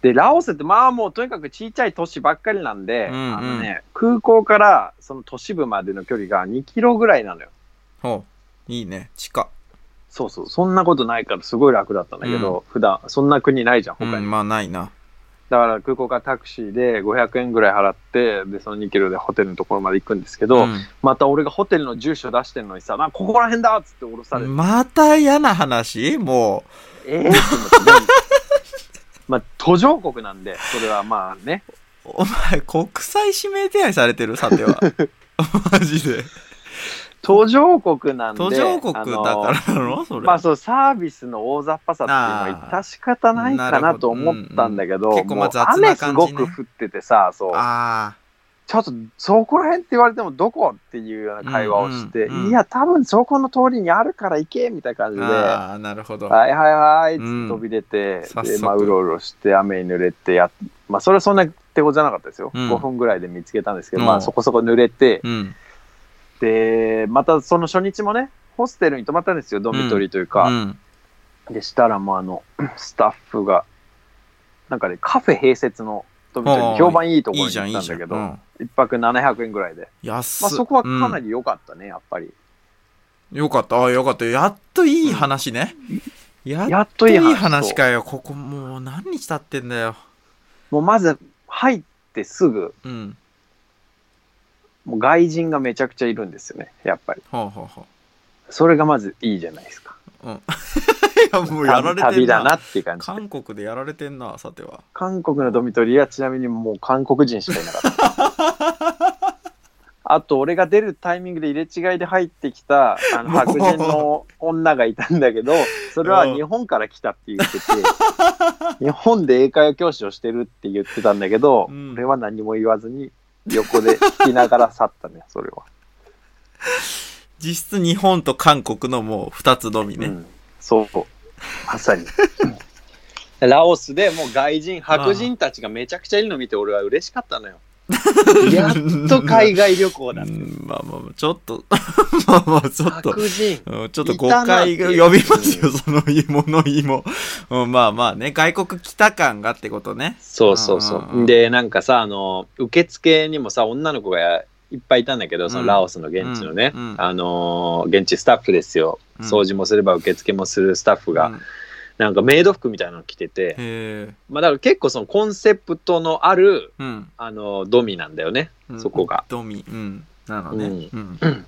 S2: でラオスってまあもうとにかく小さい都市ばっかりなんで、
S3: うんうん
S2: あのね、空港からその都市部までの距離が2キロぐらいなのよ
S3: ほう。いいね。地下。
S2: そうそうそんなことないからすごい楽だったんだけど、普段そんな国ないじゃん
S3: う
S2: 他に、
S3: ん、まあないな。
S2: だから空港からタクシーで500円ぐらい払って、で、その2キロでホテルのところまで行くんですけど、
S3: う
S2: また俺がホテルの住所出してるのにさ、なここら辺だっつって降ろされて、
S3: ん、また嫌な話も
S2: ええって思って、でもまあ、途上国なんで、それはまあね、
S3: う、お前、国際指名手配されてるさて は。マジで。
S2: 途上国なんで、
S3: 途上国だからなの
S2: あ
S3: そ
S2: の
S3: れ。
S2: まあそう、サービスの大雑把さっていうのは致し方ないかなと思ったんだけど、
S3: あーなるほどうんうん
S2: もう
S3: 結構まあ雑な
S2: 雨
S3: 感
S2: す
S3: じね
S2: ごく降っててさ、そう。
S3: あ
S2: ちょっとそこら辺って言われてもどこっていうような会話をして、
S3: うんうんうん
S2: いや多分そこの通りにあるから行けみたいな感
S3: ー
S2: じで、は
S3: あー、なるほど。
S2: いはいはいっつって
S3: うん
S2: 飛び出て、
S3: 早
S2: で
S3: 速
S2: まあうろうろして雨に濡れてやっまあそれはそんな手こじゃなかったですよ、
S3: うん
S2: 5分ぐらいで見つけたんですけど、
S3: うん
S2: まあそこそこ濡れて、
S3: うん。
S2: でまたその初日もねホステルに泊まったんですよドミトリーというか、
S3: うん。
S2: でしたらもうあの スタッフがなんかねカフェ併設のドミトリー
S3: あー
S2: 評判いいとこ
S3: い
S2: ろ
S3: い
S2: に
S3: じゃん、
S2: 行った
S3: いい
S2: ん
S3: じ
S2: だ
S3: ゃん。
S2: けど1
S3: うん、
S2: 泊700円ぐらいで。
S3: 安
S2: まあ、そこはかな
S3: り
S2: り良かったね、やっぱり。
S3: よかった。あよかった。やっといい話ね。やっ
S2: やっ
S3: と
S2: と
S3: い
S2: い
S3: い
S2: い話
S3: 話かよ。ここもう何日経ってんだよ。
S2: もうまず入ってすぐ、
S3: うん。
S2: もう外人がめちゃくちゃいるんですよね、やっぱり。
S3: ほうほうほ
S2: それがまずいいじゃないですか。
S3: う。うん。いや、もうやられてんな。
S2: 旅だなっていう感じで。
S3: 韓国でやられてんな、さては。
S2: 韓国のドミトリーはちなみにもう韓国人しかいなかった。 あと、俺が出るタイミングで入れ違いで入ってきた、あ の、
S3: もう
S2: 白人の女がいたんだけど、それは日本から来たって言ってて、 日本で英会話教師をしてるって言ってたんだけど、
S3: うん
S2: 俺は何も言わずに、横で聞きながら去ったね、それは。
S3: 実質日本と韓国のもう二つのみね。
S2: うん、そう。まさに。 ラオスでもう外人、白人たちがめちゃくちゃいるの見て、俺は嬉しかったの よ。やっと海外旅行
S3: う
S2: だ。
S3: ん、まあまあまあ、ちょっと、 まあまあ、ちょっと。
S2: 白人。
S3: うんちょっと
S2: い
S3: 誤
S2: たなって
S3: 解が呼びますよ、その物言いも。うん、まあまあね、外国来た感がってことね。
S2: そうそうそ
S3: うんうんうん
S2: う。で、なんかさ、あの、受付にもさ、女の子がいっぱいいたんだけど、そのラオスの現地のね、
S3: うんうん
S2: あのー現地スタッフですよ。
S3: うん
S2: 掃除もすれば受付もするスタッフが、
S3: うん
S2: なんかメイド服みたいなの着てて、
S3: へえ。
S2: まあだから結構そのコンセプトのある、
S3: うん。
S2: あの、ドミなんだよね。
S3: うん
S2: そこが。
S3: ドミ。うん。なのね。
S2: うん
S3: うん。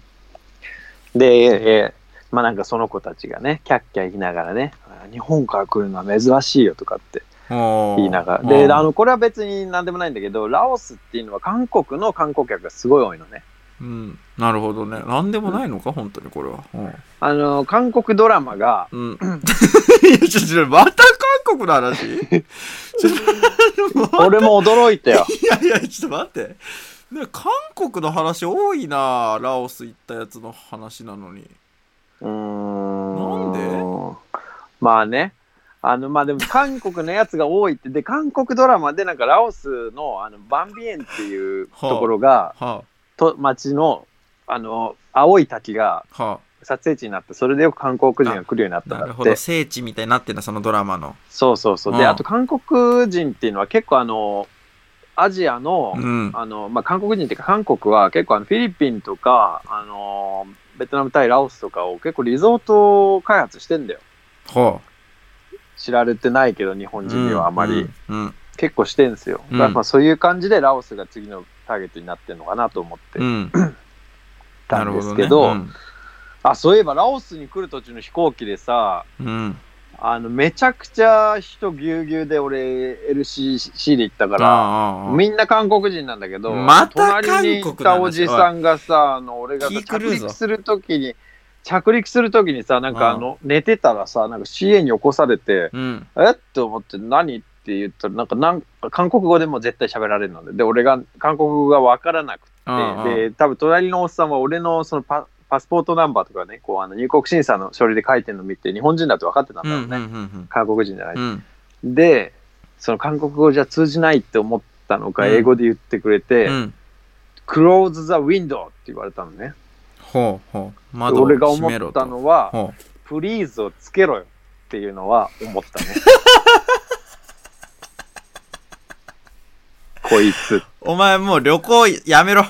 S2: で、えーまあなんかその子たちがね、キャッキャ言いながらね、あー日本から来るのは珍しいよとかって
S3: 言
S2: 言いながら。で、あの、これは別に何でもないんだけど、ラオスっていうのは韓国の観光客がすごい多いのね。
S3: うん。なるほどね。なんでもないのか、本当にこれは。うん
S2: あの、韓国ドラマが、
S3: うん。いや、ちょ、ちょ、また韓国の話ちょ、
S2: 俺も驚いたよ。
S3: いやいや、ちょっと待って。ね、韓国の話多いなラオス行ったやつの話なのに。
S2: うー
S3: なん
S2: まあね。あの、まあでも韓国のやつが多いって、で、韓国ドラマでなんかラオスのあのバンビエンっていうところが、
S3: は
S2: と町の、あの、青い滝が
S3: あ、は
S2: 撮影地になって、それでよく韓国人が来るようになっ
S3: あ。
S2: た
S3: なんる
S2: だ
S3: ほ
S2: っ
S3: ど。
S2: て。
S3: 聖地みたいになってんだ、そのドラマの。
S2: そうそうそう。
S3: う
S2: で、
S3: ん
S2: あと韓国人っていうのは結構あの、アジアの、
S3: うん。
S2: あの、まあ、韓国人っていうか、韓国は結構あのフィリピンとか、あの、ベトナム、タイ、ラオスとかを結構リゾート開発してんだよ。
S3: はあ。
S2: 知られてないけど、日本人にはあまり。
S3: うん。うん。
S2: 結構してんすよ。
S3: うん
S2: だからまあそういう感じでラオスが次のターゲットになってるのかなと思って
S3: うん。
S2: た
S3: なんる
S2: で
S3: ほ
S2: す
S3: ど
S2: け
S3: ね。
S2: ど、
S3: うん
S2: あ、そういえばラオスに来る途中の飛行機でさ、
S3: うん。
S2: あの、めちゃくちゃ人ぎゅうぎゅうで俺 LCC で行ったか
S3: あ
S2: ら、
S3: あああ。
S2: みんな韓国人なんだけど、
S3: また
S2: 隣に行っ
S3: 韓国の
S2: た
S3: 話
S2: おじさんがさ、あの俺がさ
S3: 気狂
S2: 着
S3: うぞ
S2: 陸するときに、着陸するときにさ、なんかあの、寝てたらさ、なんか CA に起こされて、
S3: うん。
S2: えって思って何って言ったら、なんかなんか韓国語でも絶対喋られるので、で、俺が韓国語がわからなくて、
S3: ああ
S2: で、多分隣のおっさんは俺のそのパパスポートナンバーとかね、こうあの入国審査の書類で書いてるの見て、日本人だと分かってたん
S3: う
S2: だ
S3: ん。
S2: ろう
S3: う
S2: ね。
S3: ん。うん。
S2: 韓国人じゃない
S3: うん。うん。
S2: で、その韓国語じゃ通じないって思ったのか、
S3: うん
S2: 英語で言ってくれて、
S3: うん。
S2: クローズ・ザ・ウィンドウって言われたのね。
S3: ほうほう。窓を
S2: 俺が思
S3: 閉めろ
S2: った
S3: と。
S2: のは、
S3: ほ
S2: プリーズをつけろよっていうのは思 ったね。こいつ、
S3: う。お前もう旅行やめろ。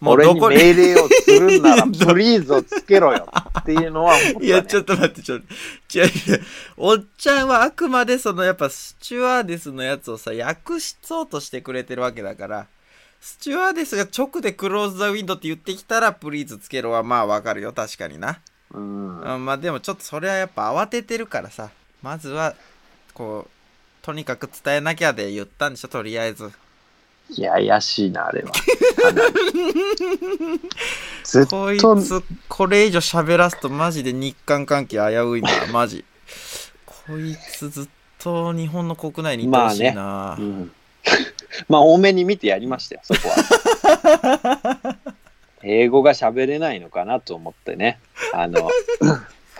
S3: もう
S2: 俺
S3: ど
S2: に
S3: こに。
S2: 命令をするんなら、
S3: いや
S2: プリーズをつけろよっていうのは思った、ね。
S3: いや、ちょっと待って、ちょっと。違う違う。おっちゃんはあくまでそのやっぱスチュワーデスのやつをさ、訳しそうとしてくれてるわけだから、スチュワーデスが直でクローズザウィンドって言ってきたら、プリーズつけろはまあわかるよ、確かにな。
S2: うん
S3: うん、まあでもちょっとそれはやっぱ慌ててるからさ、まずは、こう、とにかく伝えなきゃで言ったんでしょ、とりあえず。
S2: いや、怪しいな、あれは。かなり ずっ
S3: こい
S2: と
S3: つ、これ以上喋らすとマジで日韓関係危ういな、マジ。こいつずっと日本の国内にいてほしいな。
S2: うん まあ多めに見てやりましたよそこは 英語が喋れないのかなと思ってねあの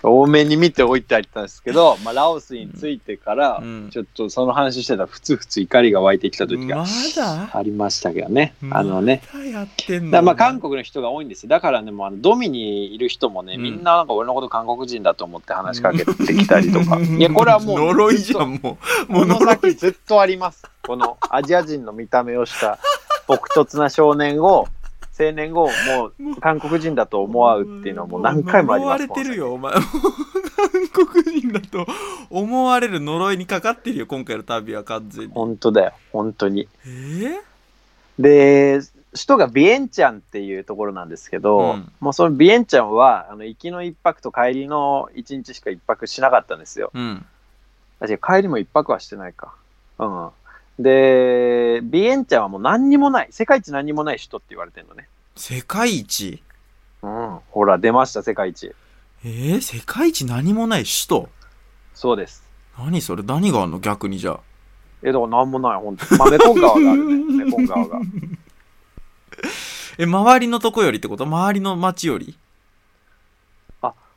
S2: 多めに見ておいてあったんですけど、まあ、ラオスに着いてから、
S3: うん
S2: ちょっとその話してたらふつふつ怒りが湧いてきた時が
S3: まだ
S2: ありましたけどね、あのね
S3: まだやってん
S2: だから
S3: の
S2: まあ韓国の人が多いんですよだからねもうあのドミにいる人もね、
S3: うん
S2: みんななんか俺のこと韓国人だと思って話しかけてきたりと か、いやこれはもう
S3: 呪いじゃん、もう。も
S2: この
S3: う呪
S2: 先
S3: い。
S2: ずっとあります。このアジア人の見た目をした朴突な少年を、青年をもう韓国人だと思わうっていうのはもう何回もあります
S3: 呪われてるよ、お前。もう 韓国人だと思われる呪いにかかってるよ、今回の旅は完全に。
S2: 本当だよ、本当に。
S3: え
S2: で、
S3: ー、
S2: 首都がビエンチャンっていうところなんですけど、
S3: うん
S2: もうそのビエンチャンは、あの、行きの一泊と帰りの一日しか一泊しなかったんですよ。
S3: うん。
S2: あ違う帰りも一泊はしてないか。うん。で、ビエンチャンはもう何にもない、世界一何にもない首都って言われてるのね。
S3: 世界一
S2: うん。ほら、出ました、世界一。
S3: えー、世界一何もない首都
S2: そうです。
S3: 何それ何があんの逆にじゃあ。
S2: え、だからなんもない、本当に。まあ、メコン川がある ね、メコン川が。
S3: え、周りのとこよりってこと周りの町より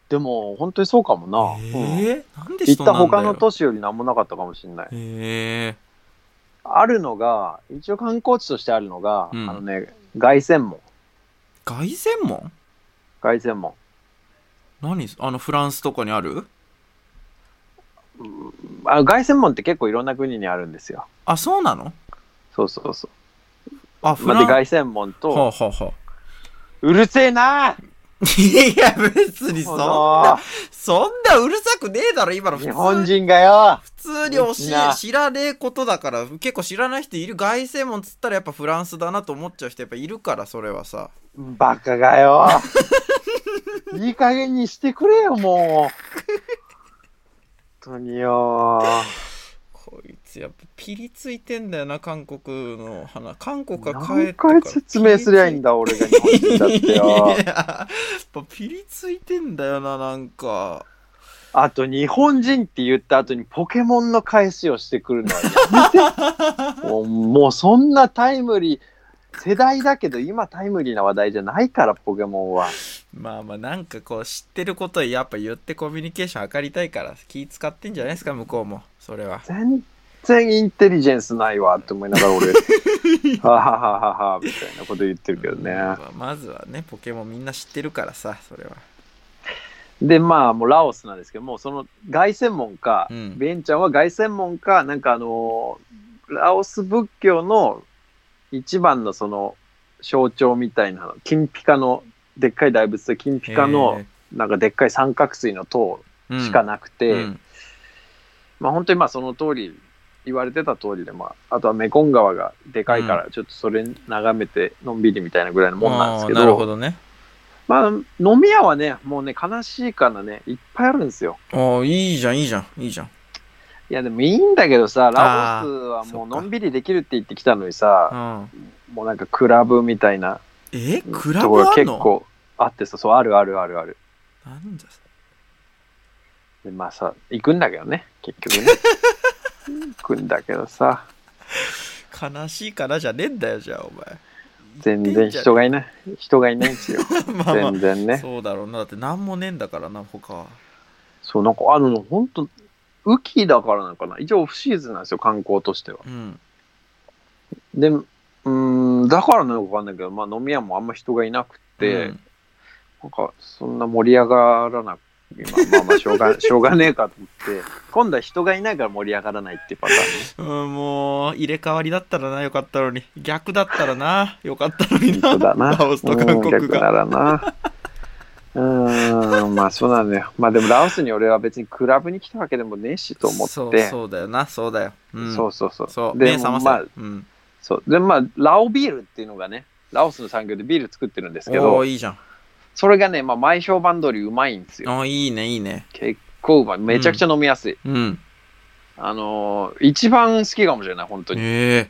S2: でも、本当にそうかもな。
S3: え
S2: うん
S3: ー、なんで
S2: 行っ
S3: 人
S2: た
S3: なんだよ
S2: 他の都市よりなんもなかったかもしれない。
S3: え
S2: あるのが、一応観光地としてあるのが、
S3: うん
S2: あのね、凱旋門。
S3: ー、凱旋門
S2: 凱旋門。
S3: 何あのフランスとかにある
S2: うんあ凱旋門って結構いろんな国にあるんですよ。
S3: あそうなの
S2: そうそうそ
S3: あ
S2: う。
S3: フ
S2: ま
S3: ラ
S2: あ、で、
S3: ンス、
S2: 凱旋門と、
S3: はあはあは
S2: うるせえな
S3: いや、別にそんな、そんなうるさくねえだろ、今の普
S2: 日本
S3: 通に。
S2: 人がよ
S3: 普通に教
S2: みんな
S3: え、知らねえことだから、結構知らない人いる。外星門つったらやっぱフランスだなと思っちゃう人やっぱいるから、それはさ。
S2: バカが よいい加減にしてくれよ、もう。本当によ
S3: こいつやっぱピリついてんだよな、韓国の花。韓国が帰って
S2: 何回説明すりゃいいんだ、俺が日本人だって
S3: いや、
S2: よ。
S3: やっぱピリついてんだよな、なんか。
S2: あと、日本人って言った後にポケモンの返しをしてくるのはやめ てもう。もうそんなタイムリー、世代だけど今タイムリーな話題じゃないから、ポケモンは。
S3: まあまあ、なんかこう、知ってることをやっぱ言ってコミュニケーション図りたいから、気使ってんじゃないですか、向こうも。それは。
S2: 全然インテリジェンスないわって思いなが ら俺、はははははみたいなこと言ってるけどね。
S3: まあまずはね、ポケモンみんな知ってるからさ、それは。
S2: で、まあ、もうラオスなんですけども、その凱旋門か、
S3: うん
S2: ベンちゃんは凱旋門か、なんかあのーラオス仏教の一番のその象徴みたいなの、金ピカの、でっかい大仏と金ピカの、なんかでっかい三角錐の塔
S3: えー、
S2: しか
S3: な
S2: なくて、まあ本当にまあその通り、言われてた通りで、まあ、あとはメコン川がでかいから、ちょっとそれ眺めて、のんびりみたいなぐらいのもんなんですけど、
S3: なるほどね。
S2: まあ、飲み屋はね、もうね、悲しいからね、いっぱいあるんですよ。
S3: ああ、いいじゃん、いいじゃん、いいじゃん。
S2: いやでもいいんだけどさラオスはもうのんびりできるって言ってきたのにさ
S3: うん、
S2: もうなんかクラブみたいな
S3: えクラ
S2: と
S3: ブ
S2: ころ
S3: あ
S2: が
S3: ん
S2: 結
S3: の
S2: 構あってさそうあるあるあるある
S3: なんだ
S2: でまあさ行くんだけどね結 局ね行くんだけどさ
S3: 悲しいからじゃねえんだよ、じゃあ、お前。
S2: 全然人がいない人がいないんですよ
S3: まあまあ
S2: 全然ね
S3: そうだろうな。だって何もねえんだからな、他は。
S2: そうなんかあの本当雨季だからなのかな一応オフシーズンなんですよ観光としては
S3: うん。
S2: でうーんだからなのかわかんないけど、まあ、飲み屋もあんま人がいなくて、
S3: うん
S2: なんか、そんな盛り上がらなく、今、まあまあ、しょう が、しょうがねえかと思って、今度は人がいないから盛り上がらないっていうパター ンね。
S3: うん、もう、入れ替わりだったらな、よかったのに。逆だったらな、よかったのにな。
S2: そうだな。
S3: ラオスと韓国
S2: うん逆な
S3: が。
S2: らな。うーん、まあそうなんだよ。まあでもラオスに俺は別にクラブに来たわけでもねえしと思って。
S3: そうそうだよな、そうだよ。うん、
S2: そうそうそう。
S3: そう。
S2: で
S3: 目覚ませ。
S2: まあ、
S3: うん。
S2: そう。で、まあ、ラオビールっていうのがね、ラオスの産業でビール作ってるんですけ
S3: お
S2: ど
S3: ー、いいじゃん。
S2: それがね、まあ前評判通りうまいんですよ。
S3: あーいいね、いいね。
S2: 結構うまい。めちゃくちゃ飲みやすい。
S3: うん。
S2: あのー一番好きかもしれない、本当に。
S3: ええ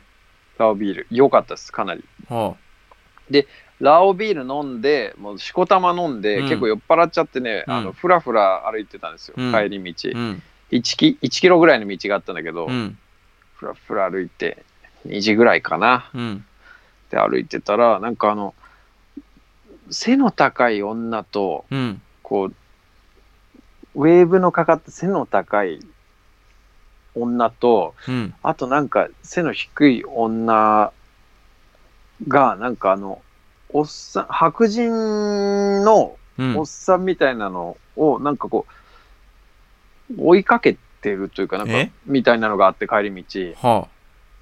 S2: ラオビール。良かったです、かなり。
S3: は
S2: ラオビール飲んで、もうしこたま飲んで、
S3: うん
S2: 結構酔っ払っちゃってね、
S3: うん
S2: あの、ふらふら歩いてたんですよ、
S3: うん
S2: 帰り道
S3: あ。うん。
S2: 1キ。1キロぐらいの道があったんだけど、
S3: うん。
S2: ふらふら歩いて、2時ぐらいかな。
S3: うん。
S2: で歩いてたら、なんかあの、背の高い女と、
S3: うん。
S2: こう、ウェーブのかかった背の高い女と、
S3: うん。
S2: あとなんか背の低い女が、なんかあの、おっさん、白人の
S3: うん
S2: おっさんみたいなのを、なんかこう、追いかけてるというか、なん
S3: え
S2: か、みたいなのがあって帰り道。
S3: は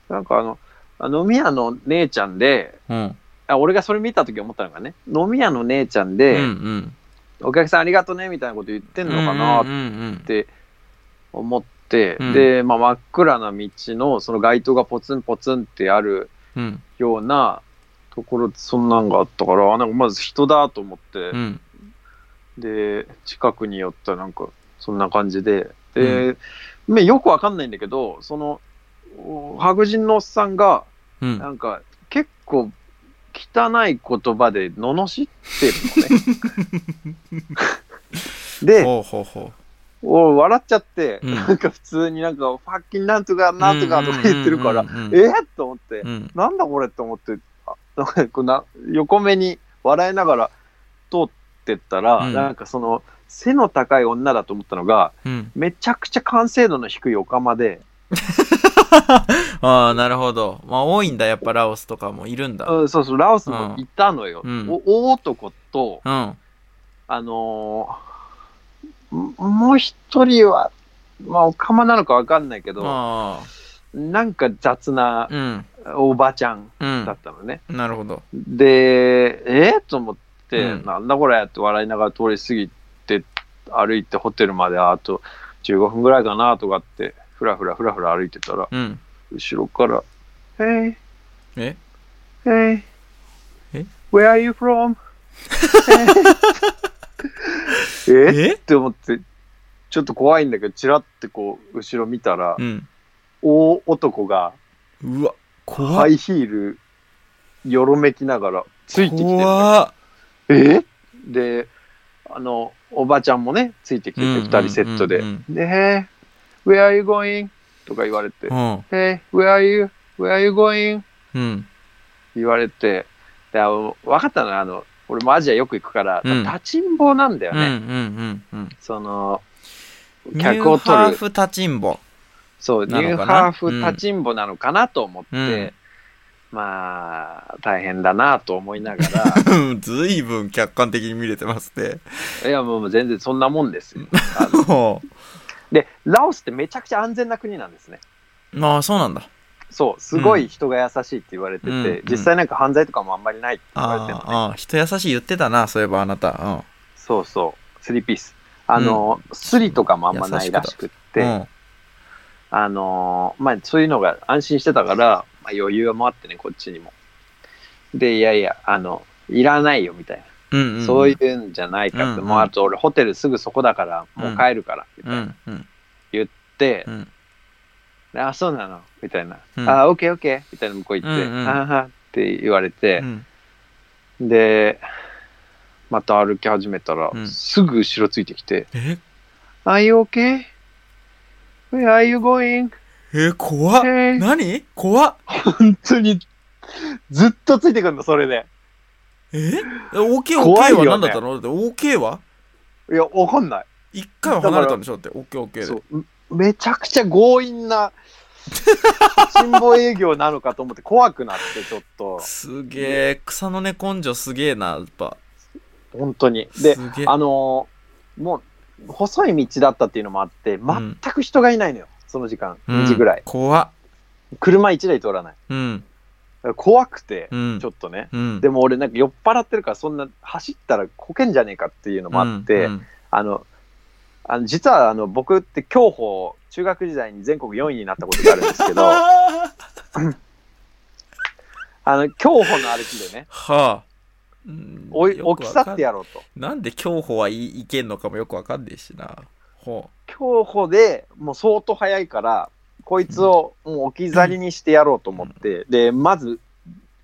S2: なんかあの、あ飲み屋の姉ちゃんで、
S3: あ。うん。
S2: あ俺がそれ見た時思ったのがね、飲み屋の姉ちゃん
S3: うん。
S2: で、
S3: うん。
S2: お客さんありがとね、みたいなこと言ってんのかな
S3: うん
S2: っ
S3: うん
S2: て思って、
S3: うん
S2: で、まあ真っ暗な道の、その街灯がポツンポツンってある、
S3: うん。うん。
S2: ようなところそんなんがあったからあなんかまず人だと思って、
S3: うん。
S2: で近くに寄ったらなんかそんな感じでで、まあよくわかんないんだけどそのお白人のおっさんが
S3: うん
S2: なんか結構汚い言葉で罵ってるのね。 で
S3: ほうほうほ
S2: お笑っちゃって、
S3: うん
S2: なんか普通になんか「ファッキンなんとか
S3: う。
S2: なんとか」とか言ってるから
S3: うん
S2: 「
S3: うんうんうん
S2: えっ?」と思って
S3: うん。
S2: なんだこれって思って、あなんかこうな横目に笑いながら通ってったら、
S3: うん
S2: なんかその背の高い女だと思ったのが、
S3: うん。
S2: めちゃくちゃ完成度の低いオカマで、
S3: ああ、なるほど。まあ、多いんだ、やっぱラオスとかもいるんだ。うん。
S2: うんそうそう、ラオスもいたのよ。
S3: うん
S2: お大男と、
S3: あ
S2: あのーんもう一人は、まあ、オカマなのかわかんないけど、
S3: あ。
S2: なんか雑な
S3: うん。
S2: おばちゃん
S3: う
S2: だっ
S3: ん。
S2: たのね。
S3: なるほど。
S2: で、えーと思っって、
S3: うん
S2: なんだこれって笑いながら通り過ぎて、歩いてホテルまであと15分ぐらいかなとかって、ふらふらふらふら歩いてたら、
S3: うん。
S2: 後ろから、Hey,
S3: え
S2: hey,
S3: え
S2: where are you from? え
S3: え
S2: って思って、ちょっと怖いんだけど、ちらってこう、後ろ見たら
S3: う、ん。
S2: 大男が
S3: うわ、怖
S2: ハ
S3: い。
S2: イヒール、よろめきながら、ついてきてるのよ。
S3: 怖っ
S2: えで、あの、おばちゃんもね、ついてきてて、二人セット
S3: う
S2: で。
S3: ん
S2: で、Hey, where are you going? とか言われて
S3: う、ん。
S2: Hey, where are you? Where are you going?
S3: うん。
S2: 言われて、で、あの分かったな、あの、俺もアジアよく行くから、
S3: うん
S2: 立ちんぼなんだよ
S3: うん。うん。う
S2: ね。
S3: ん。うん。
S2: その、
S3: ニュ
S2: 客を
S3: ーハー
S2: 取る、
S3: フ立ちんぼ。
S2: そう、ニ
S3: な
S2: ュ
S3: の
S2: ー
S3: かな
S2: ハー
S3: う
S2: フ
S3: ん
S2: 立ちんぼなのかなと思って、
S3: うん
S2: まあ、大変だなと思いなが ら、
S3: うんずいぶん客観的に見れてますね。
S2: いや、もう全然そんなもんですよ。あの
S3: ほ
S2: で、ラオスってめちゃくちゃ安全な国なんですね。
S3: うああ、そうなんだ。
S2: そう、すごい人が優しいって言われてて、
S3: うんうん
S2: 実際なんか犯罪とかもあんまりないって言われてる
S3: あ
S2: の
S3: あ
S2: ね。
S3: ああ、人優しい言ってたな、そういえばあなた。
S2: そうそう、スリーピース。あの、スリとかもあんまないらしくっ
S3: う
S2: て、
S3: ん。うん。
S2: あの、まあそういうのが安心してたから、まあ、余裕もあってね、こっちにも。で、いやいや、あの、いらないよみたいな。
S3: うんうん。
S2: そういうんじゃないかって、
S3: うん
S2: もうあと俺ホテルすぐそこだから、もう帰るから、みたいうな。
S3: ん。うん。
S2: で
S3: う、ん。
S2: であ、そうなのみたいな。
S3: うん
S2: あ、オッケーオッケーみたいな向こう行って、
S3: うんうん
S2: あはって言われて、
S3: うん
S2: で、また歩き始めたら、
S3: うん
S2: すぐ後ろついてきて、
S3: え、
S2: Are you okay? Where are you going?
S3: え、怖っ。
S2: Hey.
S3: 何怖っ。
S2: 本当に、ずっとついてくるの、それで。
S3: え ?OK、OK
S2: 怖いよ
S3: は
S2: ね
S3: 何だったのだって ?OK はい
S2: や、わかんない。
S3: 一回は離れたんでしょだって OK、OK
S2: そ
S3: で。
S2: うめめちゃくちゃ強引 な、辛抱営業なのかと思って怖くなって、ちょっと、
S3: すげえ、草の根根性すげえな、やっぱ。
S2: 本当に。
S3: す
S2: で、
S3: げえ。
S2: あのーもう、細い道だったっていうのもあって、全く人がいないのよ、その時間、
S3: うん
S2: 2時ぐらい。
S3: 怖っ。
S2: 車1台通らない。
S3: うん。
S2: だから怖くて、
S3: うん
S2: ちょ。っとね。
S3: うん。
S2: で
S3: も、
S2: も俺なんか酔っ払ってるからそんな走ったらこけんじゃねえかっていうのもあって、
S3: うん
S2: あのあの実はあの僕って競歩中学時代に全国4位になったことがあるんですけど あ
S3: は
S2: の競歩の歩きでね
S3: あ。うん
S2: おい
S3: よく
S2: 置き
S3: わ
S2: 去
S3: かん
S2: ってやろうと
S3: なんで競歩はい、いけんのかもよくわかんないしな。ほ
S2: 競歩でもう相当速いからこいつをもう置き去りにしてやろうと思って、でまず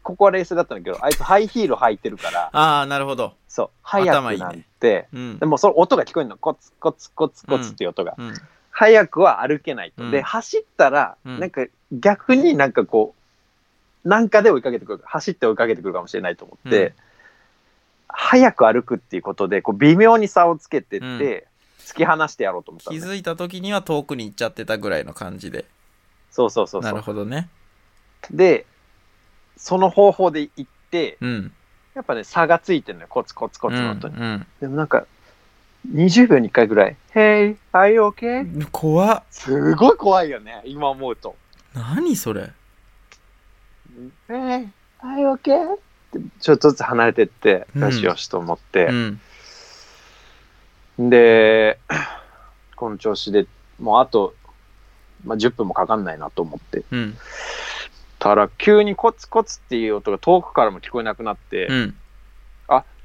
S2: ここは冷静だったんだけどあいつハイヒール履いてるから
S3: う。ああ、なるほど。
S2: そう速くなって
S3: うん
S2: で。もその音が聞こえるのコツコツコツコツっていう音が。
S3: うん。
S2: 早くは歩けないと。
S3: うん
S2: で、走ったら、
S3: うん
S2: なんか逆になんかこう、なんかで追いかけてくる、走って追いかけてくるかもしれないと思って、
S3: うん
S2: 早く歩くっていうことで、こう微妙に差をつけてって、
S3: うん
S2: 突き放してやろうと思った
S3: 気
S2: のね、
S3: づいた時には遠くに行っちゃってたぐらいの感じで。
S2: そうそうそう
S3: な
S2: そ
S3: る
S2: う。
S3: ほどね。
S2: で、その方法で行って、
S3: うん。
S2: やっぱね、差がついてるのよ、コツコツコ
S3: う
S2: ツ
S3: ん
S2: の音に。
S3: うん
S2: でもなんか、20秒に1回ぐらい、Hey, are you okay?
S3: 怖っ。
S2: すごい怖いよね、今思うと。
S3: 何それ。
S2: えー、はい、オッケーってちょっとずつ離れてって、
S3: うん
S2: よしよしと思っ
S3: う
S2: て、
S3: ん。
S2: で、 この調子でもうあと、まあ、10分もかかんないなと思って
S3: うん。
S2: たら、急にコツコツっていう音が遠くからも聞こえなくなって、
S3: うん。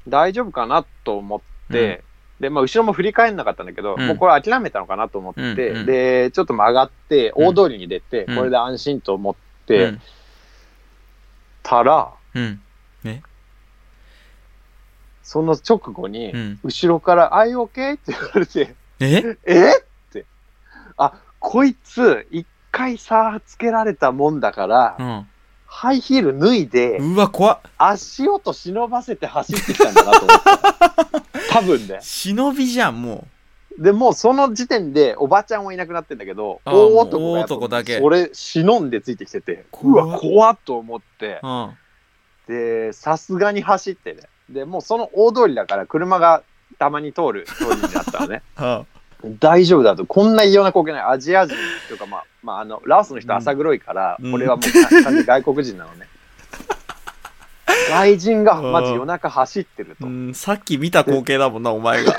S2: 大丈夫かなと思って、で、まあ、後ろも振り返んなかったんだけど、
S3: うん
S2: もうこれ諦めたのかなと思って、
S3: うんうん
S2: で、ちょっと曲がって、
S3: うん
S2: 大通りに出て、
S3: うん
S2: これで安心と思っ
S3: う
S2: て
S3: ん
S2: たら、
S3: うん。
S2: その直後に、
S3: うん。
S2: 後ろから、あいオッケーって言われて、
S3: え
S2: えって。あ、こいつ、一回差つけられたもんだから、
S3: うん。
S2: ハイヒール脱いで、
S3: うわ、怖っ。
S2: 足音忍ばせて走ってきたんだなと思った。 多分ね。
S3: 忍びじゃん、も
S2: でもうその時点でおばちゃんはいなくなってんだけど、
S3: あー
S2: 大男がやっぱ
S3: 大男だけ
S2: それ忍んでついてきてて、う
S3: 怖っ
S2: わ、怖っと思って
S3: う。う、ん。
S2: で、さすがに走ってね。で、もうその大通りだから車がたまに通る通りになったのね。
S3: あ
S2: 大丈夫だと、こんな異様な光景ない。アジア人とか、まあ、まあ、あの、ラオスの人朝黒いから、
S3: うん
S2: 俺はもう完完全に外国人なのね。外人が
S3: うん
S2: まず夜中走ってると。
S3: うん、さっき見た光景だもんな、お前 が。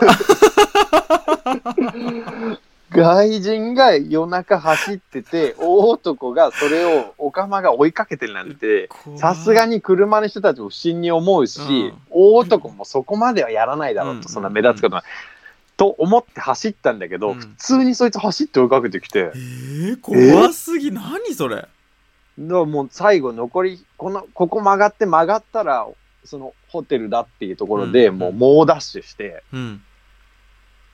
S2: 外人が夜中走ってて、大男がそれをオカマが追いかけてるなんて、さすが
S3: に。
S2: に車の人たちも不審に思うし、
S3: うん
S2: 大男もそこまではやらないだろうと、
S3: うん
S2: そんな目立つことない。と思って走ったんだけど、
S3: うん
S2: 普通にそいつ走って追いかけてきて
S3: え、ー、怖すぎ、何それ。
S2: だからもう最後残りこのここ曲がって曲がったらそのホテルだっていうところで、
S3: うん
S2: もう猛ダッシュして
S3: うん。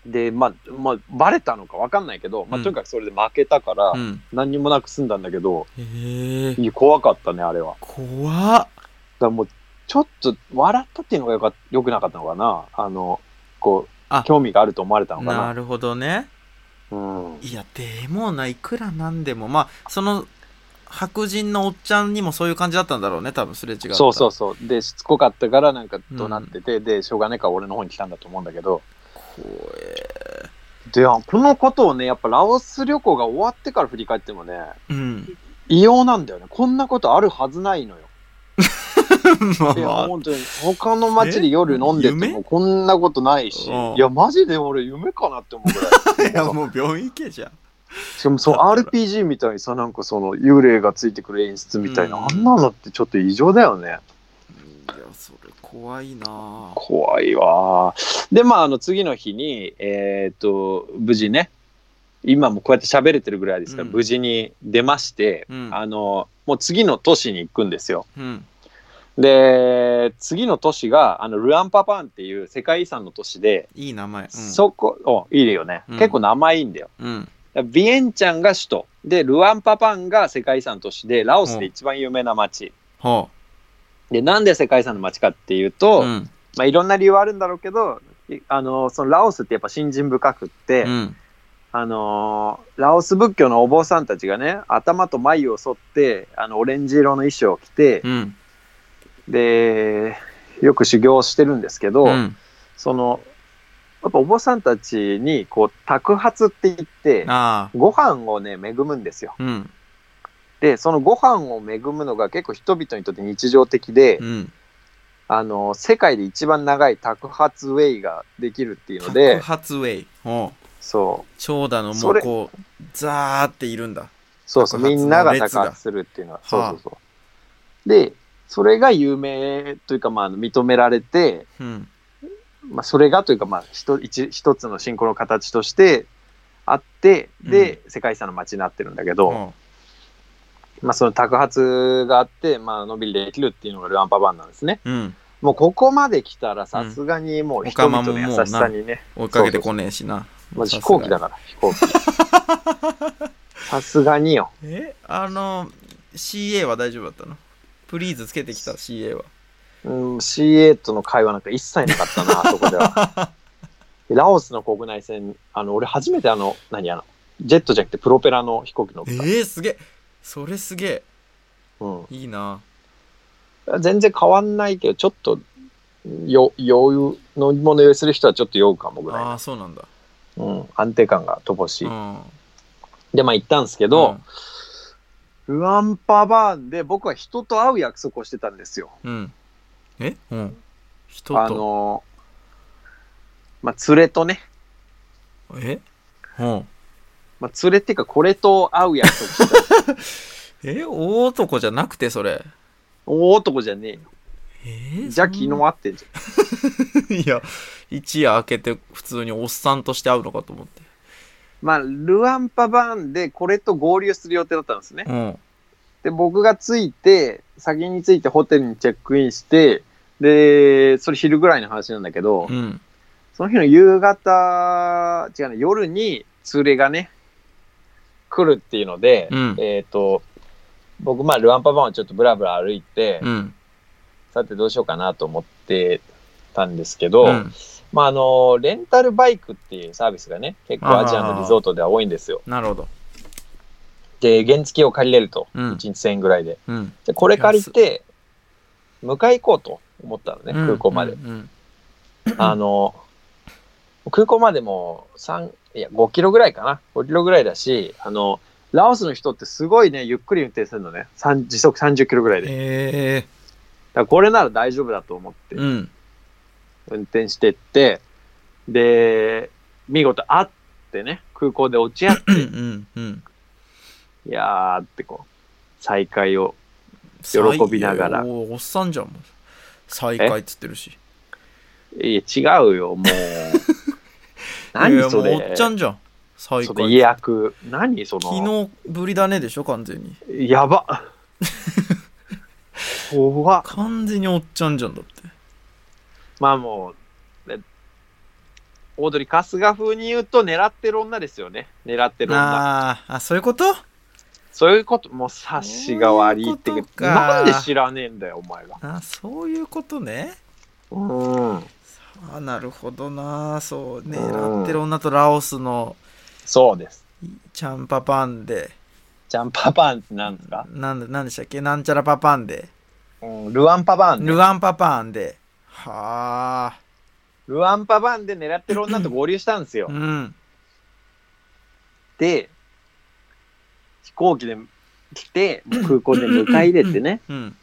S2: でまあ、まあ、バレたのか分かんないけど、ま
S3: う
S2: あ、
S3: ん
S2: とにかくそれで負けたから、
S3: うん。
S2: 何にもなく済んだんだけど、
S3: えー、
S2: いや怖かったねあれはだか
S3: 怖っ。
S2: らもうちょっと笑ったっていうのがよかよくなかったのかなあのこ
S3: あ
S2: う興味があると思われたのかな
S3: なるほどね。
S2: うん、
S3: いや、でもな、いくらなんでも、まあ、その、白人のおっちゃんにもそういう感じだったんだろうね、多分すれ違った。
S2: そうそうそうでしつこかったからなんか怒鳴ってて、でしょうがないから俺の方に来たんだと思うんだけど
S3: 怖え。
S2: であこのことをねやっぱラオス旅行が終わってから振り返ってもね
S3: うん。
S2: 異様なんだよねこんなことあるはずないのよ
S3: まあ
S2: いや
S3: まあ、
S2: 本当に他の街で夜飲んでて
S3: 夢
S2: もこんなことないし
S3: うん
S2: いやマジで俺夢かなって思うぐらい
S3: いや、もう病院行けじゃん。
S2: しかもそう
S3: だったら
S2: RPG みたいにさなんかその幽霊がついてくる演出みたいな、
S3: うん
S2: あんなのってちょっと異常だよね
S3: いや、それ怖いなぁ
S2: 怖いわーでまああの次の日にえーっと無事ね今もこうやって喋れてるぐらいですから、
S3: うん
S2: 無事に出まして、
S3: うん
S2: あのもう次の都市に行くんですよ
S3: うん。
S2: で次の都市があのルアンパパンっていう世界遺産の都市で、
S3: いい名前。うん、
S2: そこおいいよね、
S3: うん
S2: 結構名前いいんだよ
S3: うん。
S2: ビエンチャンが首都でルアンパパンが世界遺産の都市でラオスで一番有名な町、
S3: ほ
S2: でなんで世界遺産の町かっていう
S3: う。
S2: と、
S3: うん。
S2: まあ、いろんな理由はあるんだろうけどいあのそのラオスってやっぱ信心深くって、
S3: うん。
S2: あのーラオス仏教のお坊さんたちがね頭と眉を剃ってあのオレンジ色の衣装を着て
S3: う、ん。
S2: でよく修行してるんですけど、
S3: うん。
S2: そのやっぱお坊さんたちにこう托発って言って
S3: ああ。
S2: ご飯をね恵むんですよ。
S3: うん。
S2: でそのご飯を恵むのが結構人々にとって日常的で、
S3: うん。
S2: あの世界で一番長い托発ウェイができるっていうの
S3: 白
S2: で
S3: 発ウェイ。ほう。
S2: そう
S3: 長蛇のも
S2: そうれ
S3: こう、ザーっているんだ。
S2: そうそう、み
S3: 爆発
S2: ん
S3: の
S2: な
S3: 列だ
S2: が爆発するっていうのは、そう
S3: はあ
S2: そうそう。で、それが有名というか、まあ、認められて、
S3: うん。
S2: まあ、それがというか、まあ、ひと一一つの信仰の形としてあって、で、世界遺産の街になってるんだけど、
S3: ほ
S2: まあ、その宅発があって、まあ、のんびりできるっていうのがルアンパバンなんですね。
S3: う。うん。
S2: もうここまで来たら、さすがにもう人々の優しさにね、
S3: 追いかけてこねえしな。
S2: まず飛行機だから、飛行機。 さすがによ。
S3: えあの、CA は大丈夫だったのプリーズつけてきた CA は。
S2: うん、CA との会話なんか一切なかったな、そこでは。 ラオスの国内線、あの、俺初めてあの、何あの、ジェットじゃなくてプロペラの飛行機乗っ
S3: え
S2: た。
S3: ー、すげえ。それすげえ。いいな
S2: うん。全然変わんないけど、ちょっと、よ、酔う、乗り物酔いする人はちょっと酔うかもぐ
S3: ああ
S2: ら
S3: ー、そうなんだ。
S2: い。うん。安定感が乏し
S3: う
S2: い。
S3: ん。
S2: で、まあ行ったんですけど、ルアンパバーンで僕は人と会う約束をしてたんですよ。
S3: うん。うん。えうん。人
S2: あ
S3: と。
S2: のー、まあ連れとね、
S3: えうん。
S2: まあ連れっていうかこれと会う約 束してた。
S3: え大男じゃなくてそれ
S2: 大男じゃねえよ。
S3: え
S2: じゃあ昨日会ってんじゃん。
S3: 日 いや一夜明けて普通におっさんとして会うのかと思って
S2: まあ、ルアンパバーンでこれと合流する予定だったんですね。
S3: うん
S2: で、僕が着いて、先に着いてホテルにチェックインして、で、それ昼ぐらいの話なんだけど
S3: う、ん
S2: その日の夕方、違うね、夜に連れがね、来るっていうので、
S3: うん
S2: えっ、と、僕、まあ、ルアンパバーンをちょっとブラブラ歩いて、
S3: うん
S2: さてどうしようかなと思ってたんですけど、
S3: うん
S2: まあ、あの、レンタルバイクっていうサービスがね、結構アジアのリゾートでは多いんですよ。
S3: なるほど
S2: で、原付を借りれると。
S3: うん
S2: 1日1000円ぐらいで。
S3: うん
S2: で、これ借りて、迎え行こうと思ったのね、
S3: うん
S2: 空港まで。
S3: うん
S2: あの、空港までも3、いや、5キロぐらいかな。5キロぐらいだし、あの、ラオスの人ってすごいね、ゆっくり運転するのね。三時速30キロぐらいで。
S3: ええ
S2: からこれなら大丈夫だと思って
S3: うん。
S2: 運転してって、で、見事会ってね、空港で落ち合って、
S3: うん。うん。うん。
S2: いやーってこう、再会を。喜びながら
S3: 最おおっさんじゃん。もう再会っつってるし。
S2: いや、違う よ、もう。
S3: い
S2: 何
S3: や
S2: そ
S3: もうお
S2: れ
S3: っち。ゃんじゃん。再
S2: そ
S3: 会。
S2: の意訳。何その。
S3: 昨日ぶりだねでしょ、完全に。
S2: や ば怖っ
S3: 完全におっちゃんじゃんだって。
S2: まあもう、ねオードリー春日風に言うと狙ってる女ですよね。狙ってる女。
S3: あーあ、そういうこと
S2: そういうこと、もう察しが悪いって
S3: そういうことか
S2: なんで知らねえんだよ、お前が。
S3: あそういうことね。
S2: うん。
S3: あなるほどな。そうね。
S2: うん
S3: 狙ってる女とラオスの
S2: そうです。
S3: チャンパパンで、
S2: ジャンパパンってなんですか、
S3: なんだなんでしたっけなんちゃらパパンで、
S2: うん、ルアンパバンね、
S3: ルアンパパンで。はあ。
S2: ルアンパバンで狙ってる女と合流したんですよ
S3: う。ん。
S2: で、飛行機で来て、もう空港で迎え入れてね。
S3: うん。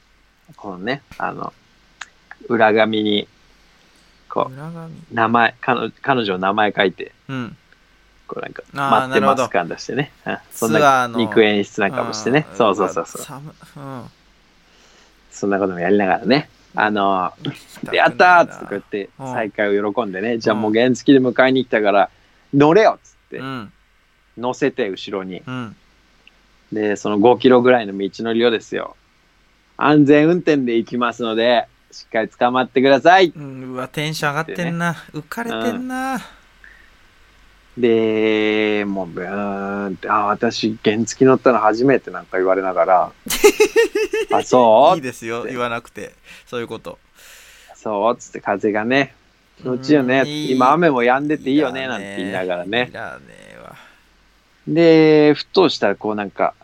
S2: このね、あの、裏紙に、こ
S3: 裏紙。
S2: う、名前、彼女彼女の名前書いて、
S3: うん。
S2: こうなんか、
S3: あー
S2: 待ってま
S3: なる
S2: す
S3: ほど
S2: 感出してね。うんそん
S3: ツア
S2: な
S3: ーの
S2: 肉演出なんかもしてね。
S3: ん
S2: そうそうそうそう。
S3: 寒うん。
S2: そんなこともやりながらね。あの、やったーっつってこうやって
S3: うん
S2: 再会を喜んでね。じゃあもう原付で迎えに来たから、乗れよっつって
S3: う、ん。
S2: 乗せて後ろに。
S3: うん。
S2: で、その5キロぐらいの道のりをですよ。安全運転で行きますので、しっかり捕まってください。
S3: うん、うわ、テンション上がってんな。浮かれてんな。
S2: で、もう、ブーンって、あ、私、原付乗ったの初めてなんか言われなが ら、あ、そう
S3: いいですよ、言わなくて。そういうこと。
S2: そう、つって風がね、気持ちいいよね、
S3: うんいい
S2: 今雨も止んでていいよね、なんて言いながら
S3: い
S2: ね。
S3: らねえわ。
S2: で、ふとしたら、こうなんか、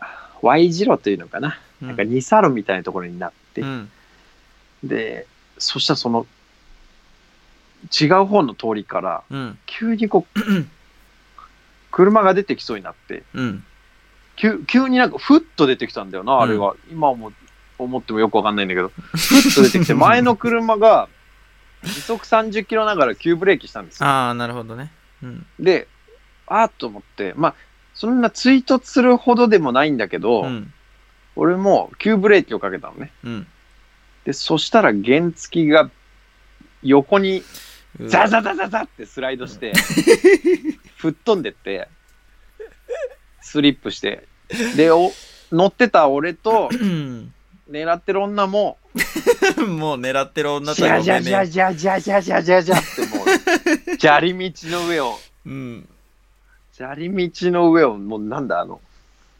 S2: Y 字路というのかな、
S3: うん
S2: なんか2サロンみたいなところになって、
S3: うん。
S2: で、そしたらその、違う方の通りから、
S3: うん。
S2: 急にこう、 車が出てきそうになって、
S3: うん。
S2: 急急になんかふっと出てきたんだよな、あれが。今も思ってもよくわかんないんだけど、ふっと出て きて、前の車が時速30キロながら急ブレーキしたんですよ。
S3: ああ、なるほどね。うん。
S2: で、あーっと思って、まあ、そんな追突するほどでもないんだけど、
S3: うん。
S2: 俺も急ブレーキをかけたのね。
S3: うん。
S2: で、そしたら原付が横に
S3: うわ
S2: ザザザザザってスライド して、吹っ飛んでって、スリップして、で、お乗ってた俺と、
S3: うん
S2: 狙ってる女も、
S3: もう狙ってる女と
S2: じ
S3: は
S2: ゃ
S3: 呼
S2: じ
S3: べ
S2: ゃじゃ
S3: ね
S2: じゃじゃじゃじゃじゃじゃっても う、砂利道の上を、
S3: え。うん。
S2: 砂利道の上を、もうなんだ、あの、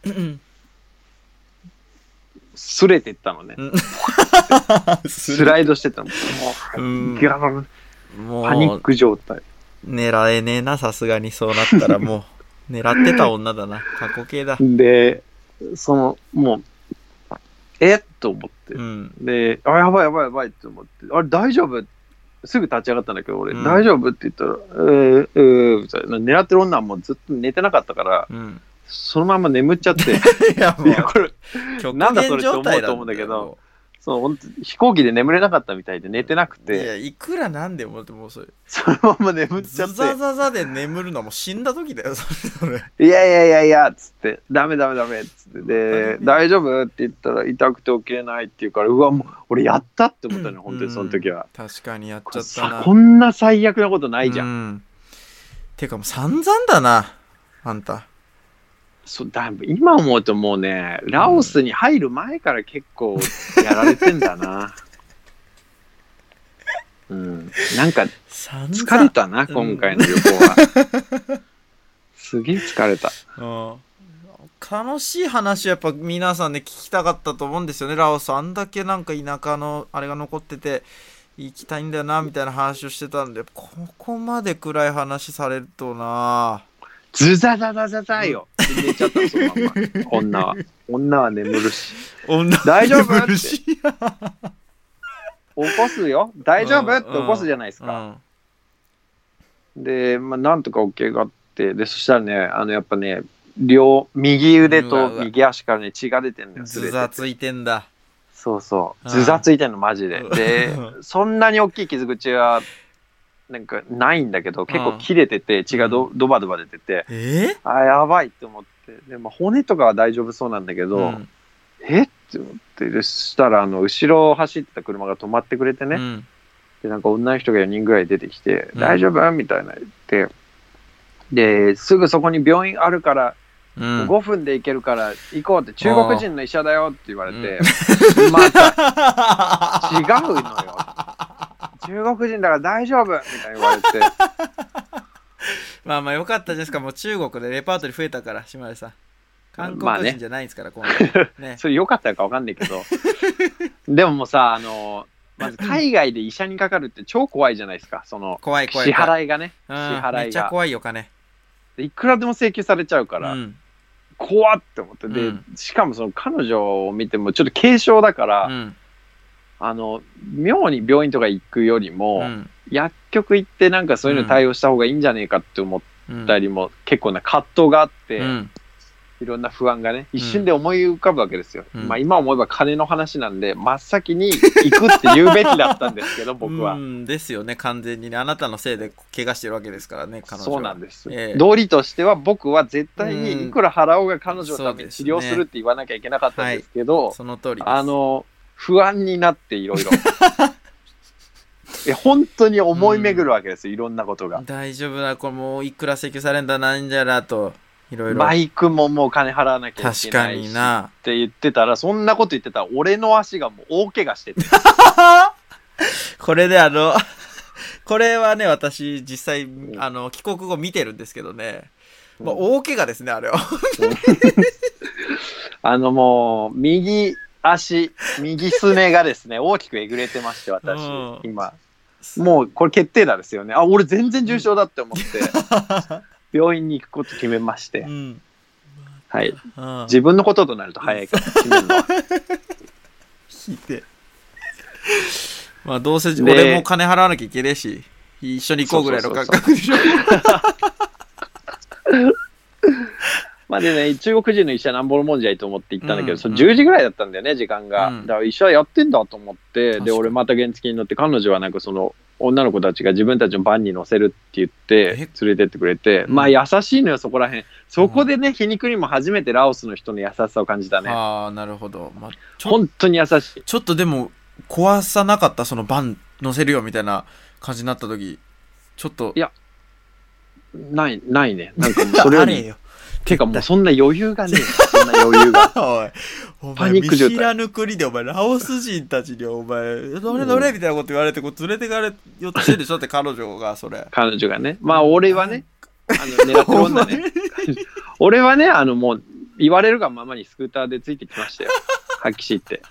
S3: うん
S2: すれてったのね。スライドしてったの。も
S3: うん
S2: う、ギャーン
S3: も
S2: パニッ
S3: う、
S2: ク状態。
S3: 狙えねえな、さすがにそうなったらもう。 狙ってた女だな。過去形だ。
S2: で、その、もう、えっと思って
S3: う。ん。
S2: で、あ、やばいやばいやばいって思って、あれ大丈夫すぐ立ち上がったんだけど、俺、
S3: うん
S2: 大丈夫って言ったら、うー、うー、みたいな。狙ってる女はもうずっと寝てなかったから、
S3: うん。
S2: そのまま眠っちゃって、
S3: いや、 も
S2: いや、
S3: う、
S2: これ、
S3: 極
S2: なんだそ
S3: 限
S2: れって思
S3: 状
S2: うと思うんだけど
S3: 態なんだけど。
S2: そう、本当飛行機で眠れなかったみたいで寝てなく
S3: いや、
S2: て、
S3: いくらなんでも、もうそれ。
S2: そのまま眠っちゃ
S3: ザ
S2: って、
S3: ザザザで眠るのはもう死んだ時だよ、それ。
S2: いやいやいやいや、つって、ダメダメダメ、つって、で、大丈夫って言ったら痛くて起きれないって言うから、うわ、もう俺やったって思ったのよ、本当にその時は。
S3: 確かにやっ
S2: こ
S3: ちゃ
S2: れ
S3: ったな
S2: さ。こんな最悪なことないじゃん。
S3: うん。てかもう散々だな、あんた。
S2: そうだ今思うともうね、ラオスに入る前から結構やられてんだ な。うん、なんか
S3: 散々。
S2: 疲れたな、
S3: うん
S2: 今回の旅行は。 すげえ疲れた。
S3: うん。楽しい話やっぱ皆さんね聞きたかったと思うんですよねラオスあんだけなんか田舎のあれが残ってて行きたいんだよなみたいな話をしてたんでここまで暗い話されるとな
S2: ズザザザザザよ。寝ちゃった、そのまんま。女は。女は眠るし。
S3: 女
S2: 大丈夫
S3: 眠るし
S2: 起こすよ。大丈夫
S3: うん
S2: って起こすじゃないです
S3: う
S2: か。
S3: ん
S2: で、まあ、なんとか OK があって、で、そしたらね、あの、やっぱね、両、右腕
S3: うわう
S2: と
S3: わ
S2: 右足からね、血が出てんのよ。ず
S3: ズ
S2: れ
S3: ザ
S2: て
S3: ついてんだ
S2: そうそ
S3: あ
S2: う。
S3: ー
S2: ずざついてんの、マジで
S3: う。ん
S2: で、そんなに大きい傷口は、なんかないんだけど、結
S3: うん
S2: 構切れてて、血がどドバドバ出てて、
S3: え
S2: あー、やばいって思って。でも骨とかは大丈夫そうなんだけど、
S3: うん
S2: えって思って、でそしたら、あの、後ろを走ってた車が止まってくれてね、
S3: うん
S2: で、なんか女の人が4人ぐらい出てきて、
S3: うん
S2: 大丈夫みたいな言って、で、すぐそこに病院あるから、
S3: うん
S2: 5分で行けるから行こうって、中国人の医者だよって言われて、 ま た違うのよ。中国人だから大丈夫みたいに言われて、
S3: まあまあよかったじゃないですかもう中国でレパートリー増えたから島根さん韓
S2: まあ
S3: 国
S2: ね
S3: 人じゃないんですから、今度ね
S2: それ良かったか分かんないけど、でももうさ、あの、まず海外で医者にかかるって超怖いじゃないですか、その、
S3: 怖い怖い
S2: 支払いがね、支
S3: うんめっ
S2: 払い
S3: ちゃ
S2: が。
S3: 怖いよ金
S2: いくらでも請求されちゃうか
S3: う
S2: ら、
S3: ん
S2: 怖って思って、で、
S3: うん
S2: しかもその彼女を見てもちょっと軽症だから、
S3: うん
S2: あの、妙に病院とか行くよりも、
S3: うん
S2: 薬局行ってなんかそういうの対応した方がいいんじゃねえかって思ったりも、結構な葛藤があって、
S3: うん
S2: いろんな不安がね、一瞬で思い浮かぶわけですよ。
S3: うん
S2: まあ今思えば金の話なんで、真っ先に行くって言うべきだったんですけど、僕は
S3: う。んですよね完全にねあなたのせいで怪我してるわけですからね彼女は
S2: そうなんです、
S3: ええ
S2: 道理としては僕は絶対
S3: うん
S2: にいくら払おうが彼女のために治療するって言わなきゃいけなかったんですけど、
S3: その通りです
S2: あの、不安になっていろいろ。 え本当に思い巡るわけですよ、いろんなことが。
S3: 大丈夫だこれもういくら請求されんだなんじゃらといろいろ
S2: バイクももう金払わなきゃい
S3: 確
S2: け
S3: か
S2: ないし
S3: に
S2: っ
S3: な
S2: て言ってたら、そんなこと言ってたら、俺の足がもう大怪我して て。
S3: これであの これはね私実際
S2: ん
S3: あの帰国後見てるんですけどね、まあ、
S2: うん
S3: 大怪我ですねあれは
S2: あのもう、右足、右すねがですね、大きくえぐれてまして、私
S3: うん、
S2: 今。もう、これ決定打ですよね。あ、俺全然重症だって思って、病院に行くこと決めまし
S3: う
S2: て、
S3: ん、
S2: はい。
S3: うん、
S2: 自分のこととなると早いから、決めるのは。
S3: 聞いてまあどうせ
S2: で
S3: 俺も金払わなきゃいけねえし一緒に行こうぐらいの感覚でしょ
S2: まあでね、中国人の医者なんぼのもんじゃいと思って行ったんだけど、
S3: うん
S2: その10時ぐらいだったんだよね、時間が。
S3: うん
S2: だから医者やってんだと思って、
S3: 確か
S2: で、
S3: に
S2: 俺また原付に乗って、彼女はなんかその、女の子たちが自分たちのバンに乗せるって言って、連れてってくれて、
S3: うん
S2: まあ優しいのよ、そこら辺。そこでね、皮肉にも初めてラオスの人の優しさを感じたね。
S3: ああなるほど、まあ、ちょ
S2: 本当に優しい。
S3: ちょっとでも壊さなかったそのバン乗せるよみたいな感じになった時ちょっと
S2: いやない、ないね。なんかもうそれよ
S3: あれ
S2: り。
S3: よ
S2: てかもうそんな余裕がねえ。そんな余裕が。
S3: おい、お
S2: パ
S3: 前、
S2: ニ
S3: 見
S2: ック状態
S3: 知らぬ国で、お前、ラオス人たちに、お前、どれどれみたいなこと言われて、こう連れてかれようとしてるでしょだって、彼女が、それ。
S2: 彼女がね。まあ俺はね、あ の狙ってる
S3: お
S2: 女
S3: 前
S2: ね。俺はね、あのもう言われるがままにスクーターでついてきましたよ。はっきし言って。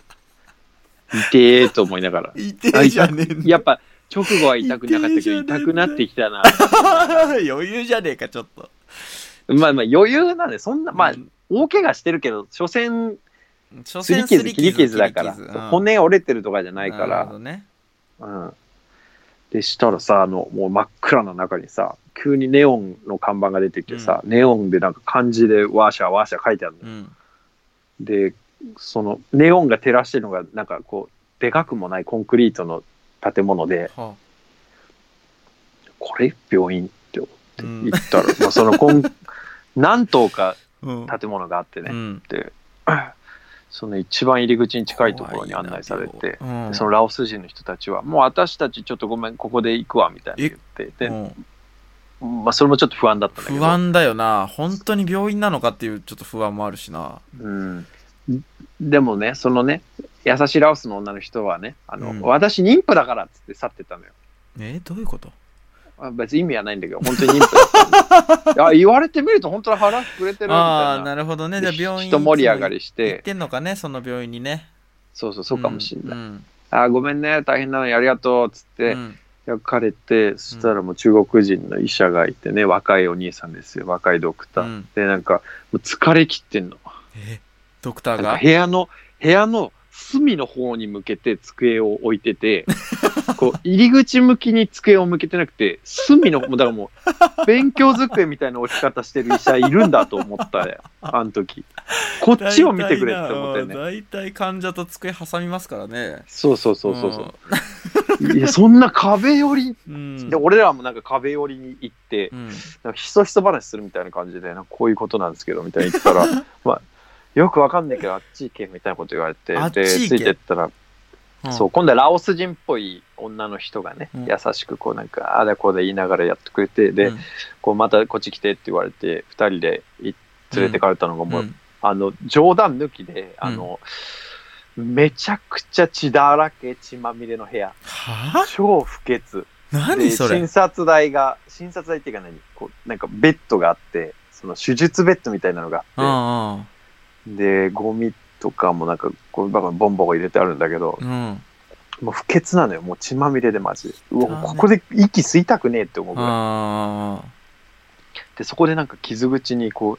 S2: 痛えと思いながら。
S3: いてえじゃねえんだ
S2: やっぱ直後は痛くなかったけど、痛くなってきたな。
S3: 余裕じゃねえか、ちょっと。
S2: まあまあ余裕なんで、そんな、まあ
S3: うん、
S2: 大怪我してるけど、所詮、
S3: 所
S2: すり
S3: 詮
S2: 傷、切り傷だから、
S3: 切り傷うん
S2: 骨折れてるとかじゃないか
S3: なるほ
S2: ら。
S3: どね。
S2: うん。でしたらさ、あの、もう真っ暗な中にさ、急にネオンの看板が出てきてさ、ネオンでなんか漢字でワーシャーワーシャー書いてあるのよ
S3: うん。
S2: でそのネオンが照らしてるのがなんかこうでかくもないコンクリートの建物で
S3: は
S2: これ病院って
S3: あ。う
S2: 言
S3: ん。
S2: ったら、まあその コン何棟か
S3: うん
S2: 建物があってね、
S3: うん。
S2: その一番入り口に近いところに案内され
S3: 怖い
S2: て
S3: な。うん
S2: そのラオス人の人たちは「もう私たちちょっとごめんここで行くわ」みたいな言ってで、
S3: うん
S2: まあ、それもちょっと不安だったんだけど
S3: 不安だよな。本当に病院なのかっていう、ちょっと不安もあるしな。
S2: うん、でもねそのね優しいラオスの女の人はね「あの
S3: うん
S2: 私妊婦だから」っつって去ってったのよ。
S3: え、どういうこと
S2: あ別に意味はないんだけど、本当に妊婦だったん であ言われてみると、本当に腹膨れてるみたい
S3: ああ、
S2: な。
S3: なるほどね。じゃあ、
S2: で
S3: 病院
S2: ひと盛り上がりし、
S3: 行っててんのかね、その病院にね。
S2: そうそう、そうかもしれない。
S3: うん
S2: あごめんね、大変なのにありがとうっつっ
S3: うん
S2: て、焼かれて、そしたらもう中国人の医者がいてね、若いお兄さんですよ、若いドクタ
S3: う
S2: ー。
S3: ん
S2: で、なんか、もう疲れ切ってんの。
S3: えドクタ
S2: な
S3: ー
S2: んか
S3: が
S2: 部屋の、部屋の隅の方に向けて机を置いてて、こう、入り口向きに机を向けてなくて、隅の、もうだからもう、勉強机みたいな置き方してる医者いるんだと思ったね、あの時。こっちを見てくれって思ったよね。
S3: 大体患者と机挟みますからね。
S2: そうそうそうそうそう。いや、そんな壁寄り、
S3: うん。うん
S2: で、俺らもなんか壁寄りに行って、
S3: うん
S2: なんかひそひそ話するみたいな感じで、なんかこういうことなんですけど、みたいに言った ら、まあ、よくわかんないけど、あっち行け、みたいなこと言われて、
S3: あっち
S2: で、
S3: 行け
S2: ついてったら、
S3: うん
S2: そう、今度はラオス人っぽい女の人がね、
S3: うん
S2: 優しくこうなんか、ああだこうだ言いながらやってくれて、で、
S3: うん
S2: こうまたこっち来てって言われて、二人でい連れてかれたのがもう、
S3: うん
S2: あの、冗談抜きで、あの、めちゃくちゃ血だらけ、血まみれの部屋、
S3: はぁ
S2: 超不潔。
S3: 何そ
S2: で
S3: れ
S2: 診察台が、診察台っていうか何こう、なんかベッドがあって、その手術ベッドみたいなのが
S3: うん
S2: あっ
S3: うん
S2: て、で、ゴミとかもなんか、ゴミ箱にボンボン入れてあるんだけど、
S3: うん。
S2: もう不潔なのよ。もう血まみれでマジで。う
S3: だ
S2: わ、こ
S3: ね
S2: こで息吸いたくねえって思うぐらい。
S3: あ
S2: で、そこでなんか傷口に こう、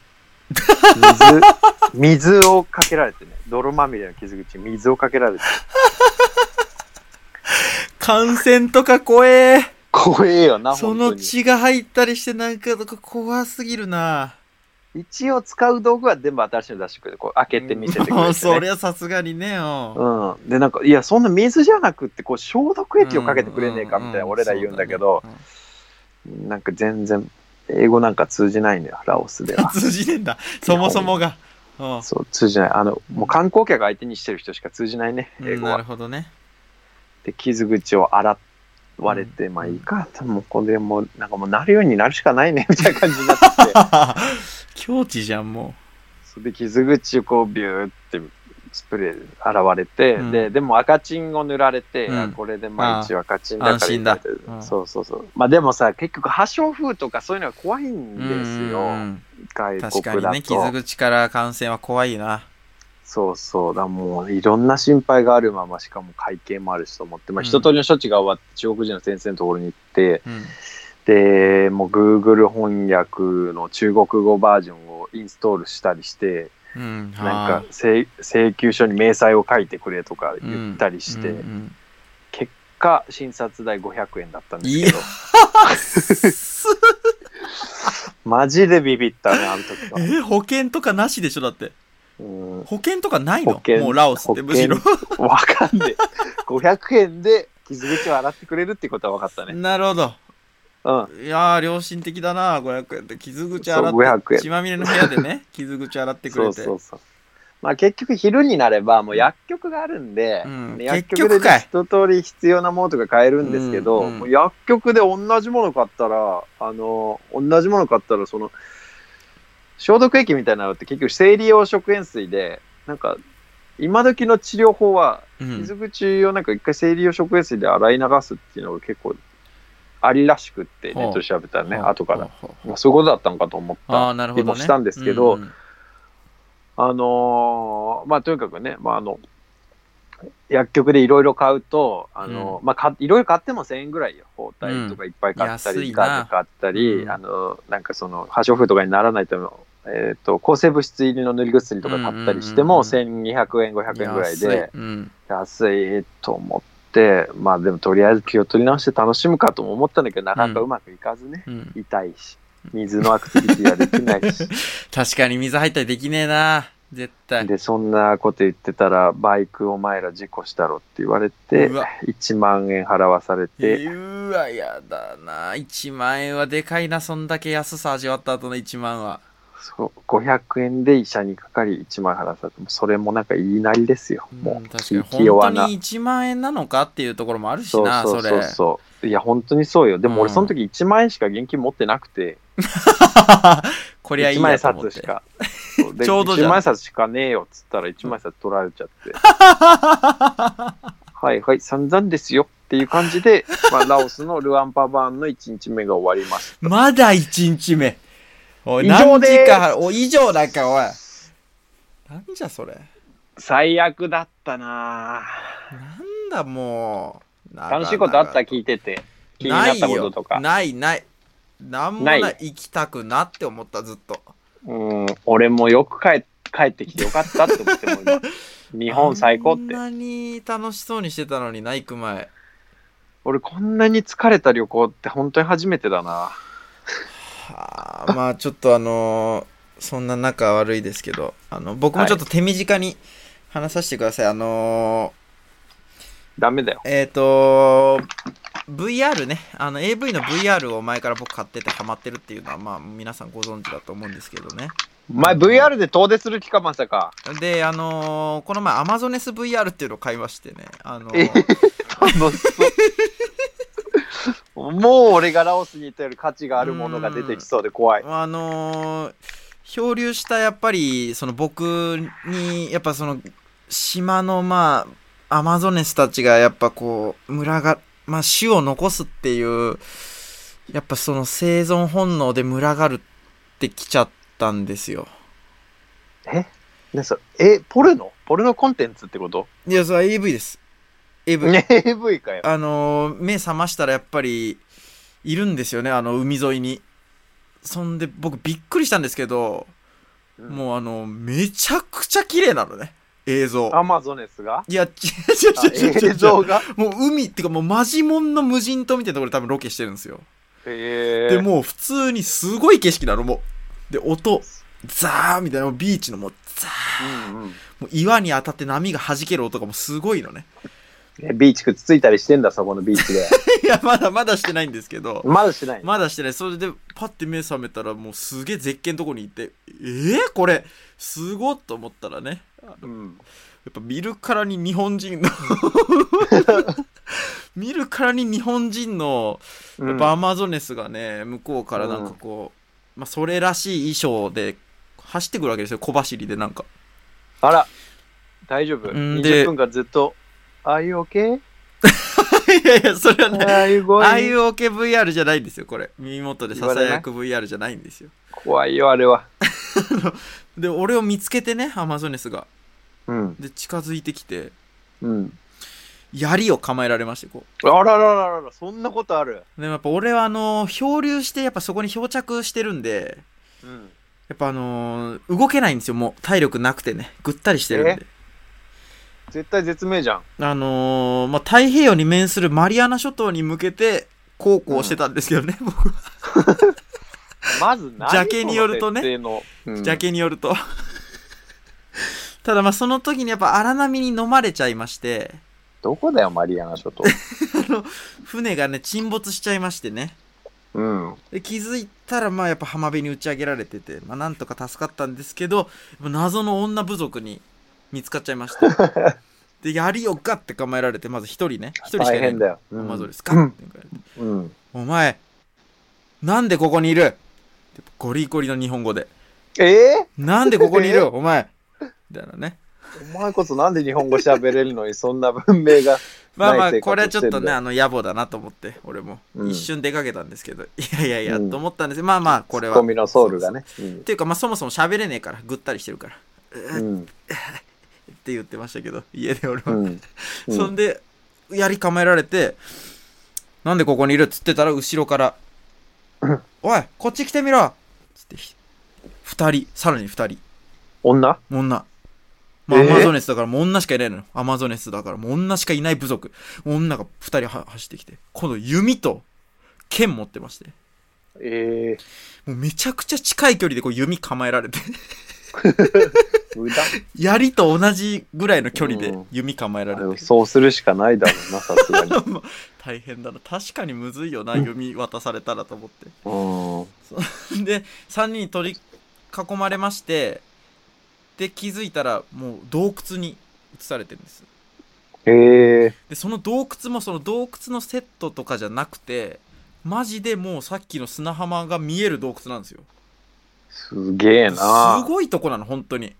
S2: 水、水をかけられてね。泥まみれの傷口に水をかけられて。
S3: ー感染とか怖え
S2: 怖えよな、
S3: そ
S2: 本
S3: の
S2: 当に。
S3: 血が入ったりしてなんかとか怖すぎるな
S2: 一応使う道具は全部新しいの出してくれて、こう開けて見せてくれて、
S3: もう
S2: ね。
S3: そりゃさすがにねうん
S2: うん、でなんかいやそんな水じゃなくってこう消毒液をかけてくれねえかみたいな俺ら言うんだけど、
S3: うね
S2: なんか全然英語なんか通じないのよラオスで
S3: うん
S2: は
S3: 通じねえんだそもそもがうん
S2: そう通じないあのもう観光客相手にしてる人しか通じないね英語
S3: なる
S2: は
S3: ほどね
S2: で傷口を洗われて、まあいいかもうこれでもうなんかもうなるようになるしかないねみたいな感じになってきて
S3: 境地じゃんも
S2: それで傷口をこうビューってスプレーで洗われて、
S3: うん
S2: ででも赤チンを塗られて、
S3: うん
S2: あこれでまあ一応赤チンだから
S3: あ安心だうん
S2: そうそうそうまあでもさ結局破傷風とかそういうのが怖いん
S3: う
S2: ですよ、
S3: うんうん
S2: 外
S3: 確か
S2: 国
S3: に
S2: だ
S3: ね
S2: と、
S3: 傷口から感染は怖いな
S2: そうそうだもういろんな心配があるまましかも会計もあるしと思って、まあ、
S3: うん
S2: 一通りの処置が終わって中国人の先生のところに行って、
S3: うん
S2: でもう Google 翻訳の中国語バージョンをインストールしたりして
S3: うん
S2: なんか請請求書に明細を書いてくれとか言ったりして、
S3: うんうん
S2: 結果診察代500円だったんですけど
S3: いす
S2: マジでビビったねあの時は、
S3: え保険とかなしでしょだって
S2: うん、
S3: 保険とかないの
S2: 保険
S3: もうラオスってむしろ
S2: わかんねえ500円で傷口を洗ってくれるってことは分かったね
S3: なるほど
S2: うん
S3: いやー良心的だな500円って傷口洗
S2: そう500
S3: って
S2: 円
S3: 血まみれの部屋でね 傷口洗ってく
S2: そ
S3: れ
S2: う
S3: て
S2: そうそうまあ結局昼になればもう薬局があるんで、
S3: うん
S2: で
S3: 結
S2: 薬
S3: 局
S2: 局で
S3: かい
S2: 一通り必要なものとか買えるんですけど、
S3: うんうん
S2: もう薬局で同じもの買ったらあの同じもの買ったらその消毒液みたいなのって結局生理用食塩水でなんか今時の治療法は
S3: うん
S2: 傷口をなんか一回生理用食塩水で洗い流すっていうのが結構ありらしくって
S3: ほう
S2: ネットで調べたらね
S3: ほう
S2: 後から
S3: ほうほう
S2: まあそういうことだったのかと思っ
S3: あ
S2: た
S3: あなるほ
S2: り
S3: ど
S2: も
S3: ね
S2: したんですけど、
S3: うんうん
S2: あのーまあとにかくね、まあ、あの薬局でいろいろ買うとあのー、まあかいろいろ買っても1000円ぐらいよ包帯とかいっぱい買った
S3: うん
S2: り、
S3: 安いな
S2: ガーゼ買ったり、
S3: うん
S2: あのーなんかその破傷風とかにならないための、えー、と抗生物質入りの塗り薬とか買ったりしても、
S3: うんうん
S2: 1200円500円ぐらいで
S3: 安いうん
S2: 安いと思ってまあでもとりあえず気を取り直して楽しむかとも思ったんだけどなかなかうまくいかずね、
S3: うん
S2: 痛いし水のアクティビティはできないし。
S3: 確かに水入ったりできねえな絶対
S2: でそんなこと言ってたらバイクお前ら事故したろって言われて
S3: うわ
S2: 1万円払わされて、
S3: うわやだな1万円はでかいなそんだけ安さ味わった後の1万は
S2: そう500円で医者にかかり1万円払わされてもうそれもなんか言いなりですよ、
S3: うん
S2: もう
S3: 確かに
S2: 気弱
S3: 本当
S2: な
S3: に1万円なのかっていうところもあるし
S2: そう
S3: な
S2: そ
S3: そう
S2: そう
S3: れ
S2: そういや本当にそうよでも
S3: う
S2: 俺
S3: ん
S2: その時1万円しか現金持ってなくて、
S3: こりゃいい
S2: 1万
S3: や
S2: 円
S3: と思っ
S2: 札
S3: て
S2: しか そうで
S3: ちょうどじゃん
S2: 1万円札しかねえよっつったら1万円札取られちゃ ってはいはい散々ですよっていう感じで、 まあ、ラオスのルアンパバーンの1日目が終わりました
S3: まだ1日目。おい、
S2: 以上
S3: 何
S2: です
S3: 時か、おい、以上だか、おい。なんじゃそれ。
S2: 最悪だったな
S3: なんだもう。長々
S2: 楽しいことあった聞いてて気になったこととか
S3: ないよないない。なんもな。
S2: ないい
S3: 行きたくなって思った、ずっと。
S2: うん俺もよく帰帰ってきてよかったって思っても今 日本最高っ
S3: こん
S2: て
S3: なに楽しそうにしてたのにな、行く前。
S2: 俺こんなに疲れた旅行って本当に初めてだな。
S3: はあまあちょっとあのーそんな仲悪いですけどあの僕もちょっと手短に話させてください、あの
S2: ダメだよ。
S3: ーえっ、と VR ねあの AV の VR を前から僕買っててハマってるっていうのはまあ皆さんご存知だと思うんですけどね
S2: お前 VR で遠出する気かまさか。
S3: であのーこの前アマゾネス VR っていうのを買いましてねあのー
S2: え楽しそう。もう俺がラオスに行ったより価値があるものが出てきそうで怖い。
S3: あのー漂流したやっぱりその僕にやっぱその島のまあアマゾネスたちがやっぱこう群がまあ種を残すっていうやっぱその生存本能で群がるってきちゃったんですよ
S2: ねそえ、ポルノポルノコンテンツってこと
S3: いやそれは AV です AV、
S2: ね AV かよ。
S3: あのー目覚ましたらやっぱりいるんですよねあの海沿いにそんで僕びっくりしたんですけど
S2: うん
S3: もうあの、めちゃくちゃ綺麗なのね。映像。
S2: アマゾネスが
S3: いや、ちょちょ
S2: あ
S3: ちょちょちょ
S2: 映像が
S3: もう海っていうかもうマジモンの無人島みたいなところで多分ロケしてるんですよ。
S2: え
S3: で、
S2: ー、
S3: もう普通にすごい景色なの、もう。で、音、ザーみたいな、もうビーチのもうザー
S2: うんうん
S3: もう岩に当たって波が弾ける音がもうすごいのね。
S2: えビーチくっついたりしてんだ、そこのビーチ で。
S3: いや、まだまだしてないんですけど。
S2: まだしない。
S3: まだしてない。それで、パッて目覚めたら、もうすげえ絶景のとこにいて、えー、これ、すごっと思ったらね、
S2: うん、
S3: やっぱ見るからに日本 人の見るからに日本人のやっぱアマゾネスがね、向こうからなんかこう、まあ、それらしい衣装で走ってくるわけですよ小走りでなん か
S2: あら、大丈夫。
S3: うんで
S2: 20分間ずっと、Are you okay?
S3: いやいやそれはね
S2: Are you
S3: あ
S2: going?
S3: あいう OKVR じゃないんですよこれ耳元でささやく VR じゃないんですよ
S2: 怖いよ、あれは。
S3: で俺を見つけてねアマゾネスが
S2: うん。
S3: で近づいてきて
S2: うん。
S3: 槍を構えられましてこう
S2: あららららら、そんなことある。
S3: でもやっぱ俺はあの漂流してやっぱそこに漂着してるんで
S2: うん。
S3: やっぱあのー動けないんですよ、もう体力なくてね、ぐったりしてるんで。
S2: 絶対絶命じゃん。
S3: あのーまあ、太平洋に面するマリアナ諸島に向けて、航行してたんですけどね、僕は。
S2: まず何
S3: 邪気によるとね
S2: その設定のうん
S3: 邪気によると。ただまあその時にやっぱ荒波に飲まれちゃいまして、
S2: どこだよ、マリアナ諸島。
S3: 船がね、沈没しちゃいましてね。
S2: うん。
S3: で気づいたらまあやっぱ浜辺に打ち上げられてて、まあなんとか助かったんですけど、やっぱ謎の女部族に見つかっちゃい ました。で、槍をガッて構えられて、まず一人ね、一人しか
S2: 大
S3: いない
S2: 変。だよ。う
S3: ア
S2: ん
S3: マゾネスか、
S2: う
S3: ガッ
S2: ん
S3: て抜かれて
S2: うん。
S3: お前、なんでここにいるってゴリゴリの日本語で。
S2: ええ
S3: なんでここにいる、
S2: え
S3: お前みたいなね。
S2: お前こそなんで日本語喋れるのにそんな文明が。
S3: まあま
S2: ない
S3: あ、
S2: 生活
S3: これはちょっと
S2: してん
S3: ね、
S2: だ
S3: あの、野暮だなと思って、俺も。
S2: うん
S3: 一瞬出かけたんですけど、いやいやいや、
S2: うん
S3: と思ったんですよまあまあ、これは。
S2: ツッコミのソウルがね。
S3: っていうか、まあそもそも喋れねえから、ぐったりしてるから。
S2: うんうん。
S3: って言ってましたけど、家で俺
S2: う
S3: は。
S2: ん。うん
S3: そんで、槍構えられて、なんでここにいるっつってたら、後ろから、おい、こっち来てみろつって、ひ二人、さらに二人。
S2: 女
S3: 女。まあ、
S2: えー
S3: アマゾネスだからもう女しかいないのよ。アマゾネスだからもう女しかいない部族。女が二人は走ってきて。今度弓と剣持ってまして。
S2: ええ
S3: もうめちゃくちゃ近い距離でこう弓構えられて。
S2: 無駄。
S3: 槍と同じぐらいの距離で
S2: うん
S3: 弓構えられて。
S2: そうするしかないだろうな、さす がに。
S3: まあ大変だな。確かにむずいよな、弓渡されたらと思
S2: う
S3: って。
S2: ん。
S3: で3人に取り囲まれましてで気づいたらもう洞窟に移されてるんです
S2: ええ
S3: でその洞窟もその洞窟のセットとかじゃなくてマジでもうさっきの砂浜が見える洞窟なんですよ
S2: すげえ
S3: す
S2: な。
S3: ごいとこなの本当に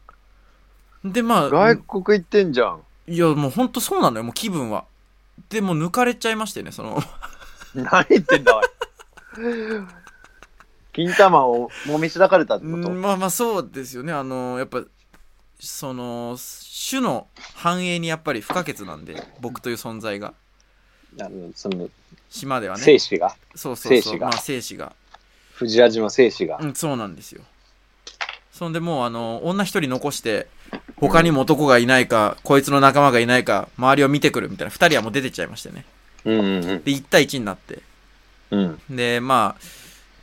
S3: でまあ
S2: 外国行ってんじゃん。
S3: いやもう本当そうなのよもう気分はでもう抜かれちゃいましてねその
S2: 何言ってんだ、おい。金玉をもみしだかれたってこ
S3: うん
S2: と
S3: まあまあそうですよねあのやっぱその種の繁栄にやっぱり不可欠なんで僕という存在が
S2: あのその、
S3: 島ではね
S2: 精子が、
S3: そうそ
S2: 精
S3: うそう
S2: 子が
S3: まあ精子が
S2: 藤味の精子が
S3: う。ん、そうなんですよ。そんでもうあの女一人残して他にも男がいないか、こいつの仲間がいないか周りを見てくるみたいな2人はもう出てっちゃいましてね
S2: うんうん
S3: で、1対1になって。
S2: うん。うん。
S3: で、まあ、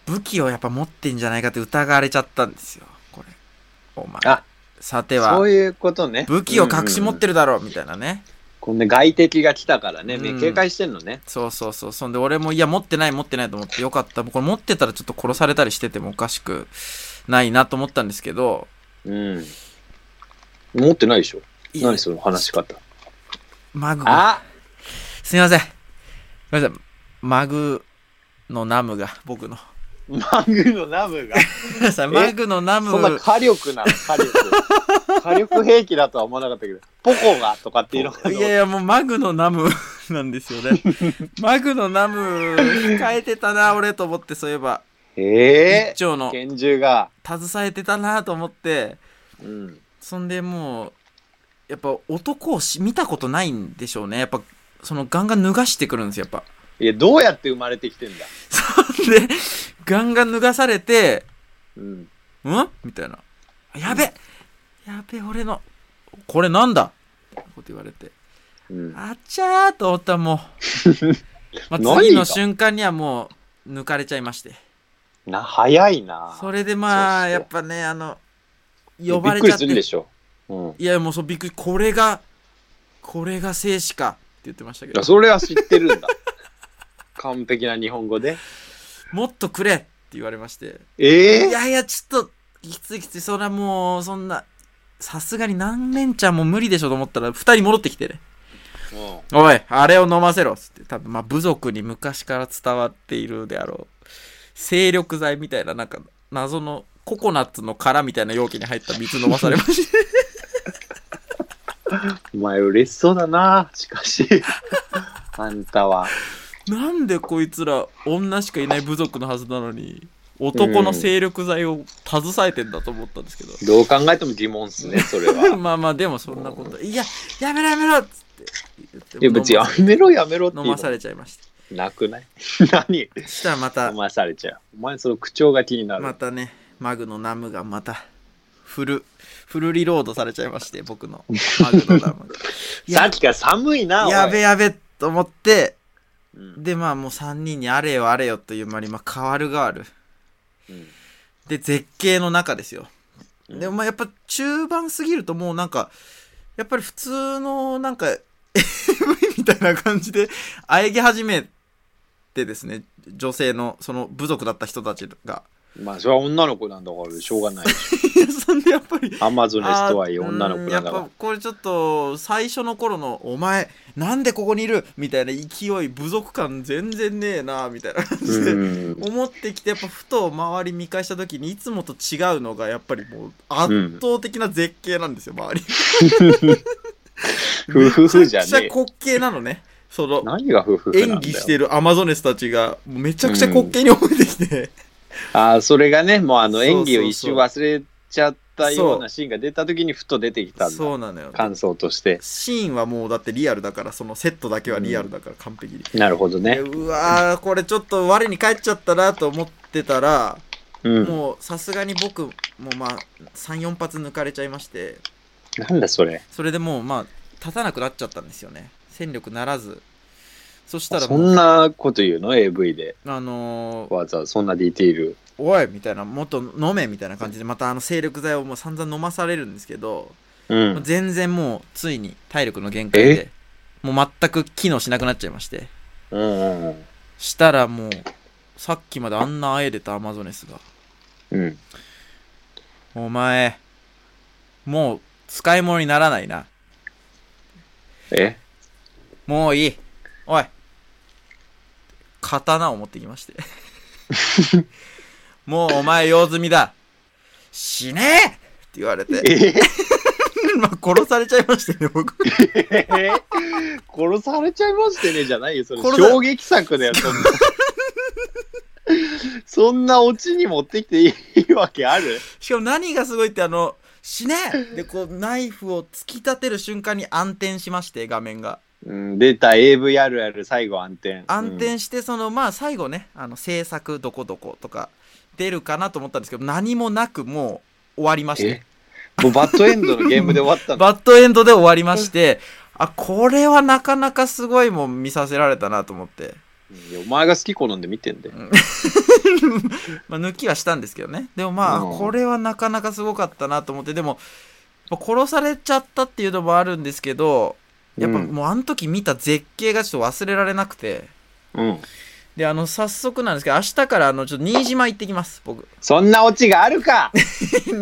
S3: 武器をやっぱ持ってんじゃないかって疑われちゃったんですよ、これ。お前。
S2: あ
S3: さては
S2: そ、ういうことね。
S3: 武器を隠し持っ
S2: る。
S3: てるだろう、みたいなね。
S2: こんな外敵が来たからね、
S3: うん
S2: 警戒してんのね。
S3: そうそうそう。そんで、俺も、いや、持ってない、持ってないと思って、よかった。これ持ってたらちょっと殺されたりしててもおかしくないなと思ったんですけど、
S2: うん。持ってないでしょ。
S3: い
S2: 何その話し方。
S3: マグが。
S2: あ
S3: すみません。ごめんなさい。マグのナムが、僕 の。
S2: マグのナムが。
S3: ごめんなさいマグの ナム
S2: そんな火力なの火力。 火力兵器だとは思わなかったけど、ポコがとかっていうのが。
S3: いやいや、もうマグのナム なんですよね。マグの ナム、控えてたな、俺と思って、そういえば。
S2: え
S3: 一丁の
S2: ー、、拳銃が。
S3: 携えてたなと思って、
S2: うん。
S3: そんでもう、やっぱ男をし見たことないんでしょうね。やっぱ、そのガンガン脱がしてくるんですよ、やっぱ。
S2: いや、どうやって生まれてきてんだ。
S3: そんで、ガンガン脱がされて、
S2: うん。
S3: んみたいな。やべやべ俺の、これなんだみたいなこと言われて。
S2: うん。
S3: あちゃーと思った らもう。ま
S2: 何
S3: あ、
S2: が
S3: 次の瞬間にはもう、抜かれちゃいまして。
S2: な、早いな。
S3: それでま
S2: そ
S3: あ、
S2: して
S3: やっぱね、あの、
S2: いや
S3: 呼ばれちゃっ
S2: びっくりするで
S3: て。
S2: しょ。うん。
S3: いや、もうそう、びっくり、これが、これが生死かって言ってましたけ
S2: いや
S3: ど、
S2: それは知ってるんだ。 完璧な日本語で。
S3: もっとくれって言われまして。い
S2: ええ
S3: やいや、ちょっと、きついきつい、そらもう、そんな、さすがに何連ちゃんも無理でしょと思ったら、二人戻ってきてね。
S2: うん
S3: おい、あれを飲ませろっつって、多分まあ部族に昔から伝わっているであろう。精力剤みたいな、なんか謎のココナッツの殻みたいな容器に入った水飲まされま して。
S2: お前嬉しそうだな。しか し、あんたは。
S3: なんでこいつら女しかいない部族のはずなのに、男の精力剤を携えてんだと思ったんですけど。
S2: どう考えても疑問っすね、それは。
S3: まあまあ、でもそんなこと。いや、やめろやめろっつって言って。
S2: いや、別にやめろやめろって
S3: 飲
S2: 言う
S3: まさ
S2: の
S3: れちゃいました。
S2: なくない 何
S3: そしたらまた
S2: 飲、まされちゃう。お前その口調が気になる。
S3: またね、マグのナムがまた、フル、フルリロードされちゃいまして、僕のマグのナム
S2: さ
S3: が
S2: っ。きから寒いな、
S3: や
S2: おい
S3: やべやべと思っ
S2: う
S3: て、
S2: ん
S3: で、まあもう3人にあれよあれよという間に、まあ変わる変わる。
S2: うん
S3: で、絶景の中ですよ。
S2: うん
S3: でもまあやっぱ中盤過ぎるともうなんか、やっぱり普通のなんか、AV みたいな感じで、喘ぎ始めてですね、女性の、その部族だった人たちが。
S2: まあ、それは女の子なんだから、しょうがないでしょ。
S3: いやそんでやっぱり、
S2: アマゾネスとはいえ
S3: あー
S2: 女の子
S3: うん
S2: なんだ
S3: やっ
S2: か
S3: ぱこれちょっと最初の頃の「お前なんでここにいる?」みたいな勢い部族感全然ねえなみたいな感
S2: ら。
S3: じで、
S2: うん。
S3: 思ってきてやっぱふと周り見返した時にいつもと違うのがやっぱりもう圧倒的な絶景なんですよ周り
S2: 夫婦じゃね
S3: めちゃ
S2: え
S3: くちゃ滑稽なのねその
S2: 何が夫婦なんだよ
S3: 演技してるアマゾネスたちがもうめちゃくちゃ滑稽に思えてきて、
S2: ああ、それがね、もうあの
S3: そうそうそう
S2: 演技を一瞬忘れちゃったようなシーンが出た時にふと出てきたんだ。
S3: そうなのよ
S2: 感想として。
S3: シーンはもうだってリアルだからそのセットだけはリアルだから完璧に
S2: なるほど
S3: で
S2: ね。
S3: うわーこれちょっと我に返っちゃったなと思ってたら、
S2: うん。
S3: もうさすがに僕もまあ34発抜かれちゃいまして
S2: なんだそれ。
S3: それでもうまあ立たなくなっちゃったんですよね戦力ならずそしたら
S2: そ
S3: もうん
S2: なこと言うの ?AV で。
S3: あのー
S2: わざわざそんなディティール。
S3: おいみたいなもっと飲めみたいな感じでまたあの精力剤をもう散々飲まされるんですけど、
S2: う。
S3: もうん全然もうついに体力の限界でもう全く機能しなくなっちゃいまして
S2: うんうん
S3: したらもうさっきまであんなあえでたアマゾネスが
S2: うん。うん。
S3: お前、もう使い物にならないな。
S2: え
S3: もういい。おい。刀を持ってきまして。もうお前用済みだ。死ねえって言われて。
S2: え
S3: まあ殺されちゃいましたね、僕。
S2: 殺されちゃいましてねじゃないよ。それ
S3: 殺さ
S2: 衝撃作 だよ、そんな。 そんなオチに持ってきていいわけある
S3: しかも何がすごいってあの、死ねえで、こう、ナイフを突き立てる瞬間に暗転しまして、画面が。
S2: うん、出た AV あるある最後暗転。
S3: 暗転してその、まあ最後ねあの制作どこどことか出るかなと思ったんですけど何もなくもう終わりまして
S2: えもうバッドエンドのゲームで終わったの
S3: バッドエンドで終わりましてあ、これはなかなかすごいもん見させられたなと思って。
S2: いやお前が好き好んで見てんで。
S3: まあ、抜きはしたんですけどね。でもまあ、
S2: うん
S3: これはなかなかすごかったなと思って、でも、まあ殺されちゃったっていうのもあるんですけど、やっぱ
S2: うん
S3: もうあの時見た絶景がちょっと忘れられなくて。
S2: うん。
S3: で、あの、早速なんですけど、明日からあの、ちょっと新島行ってきます、僕。
S2: そんなオチがあるか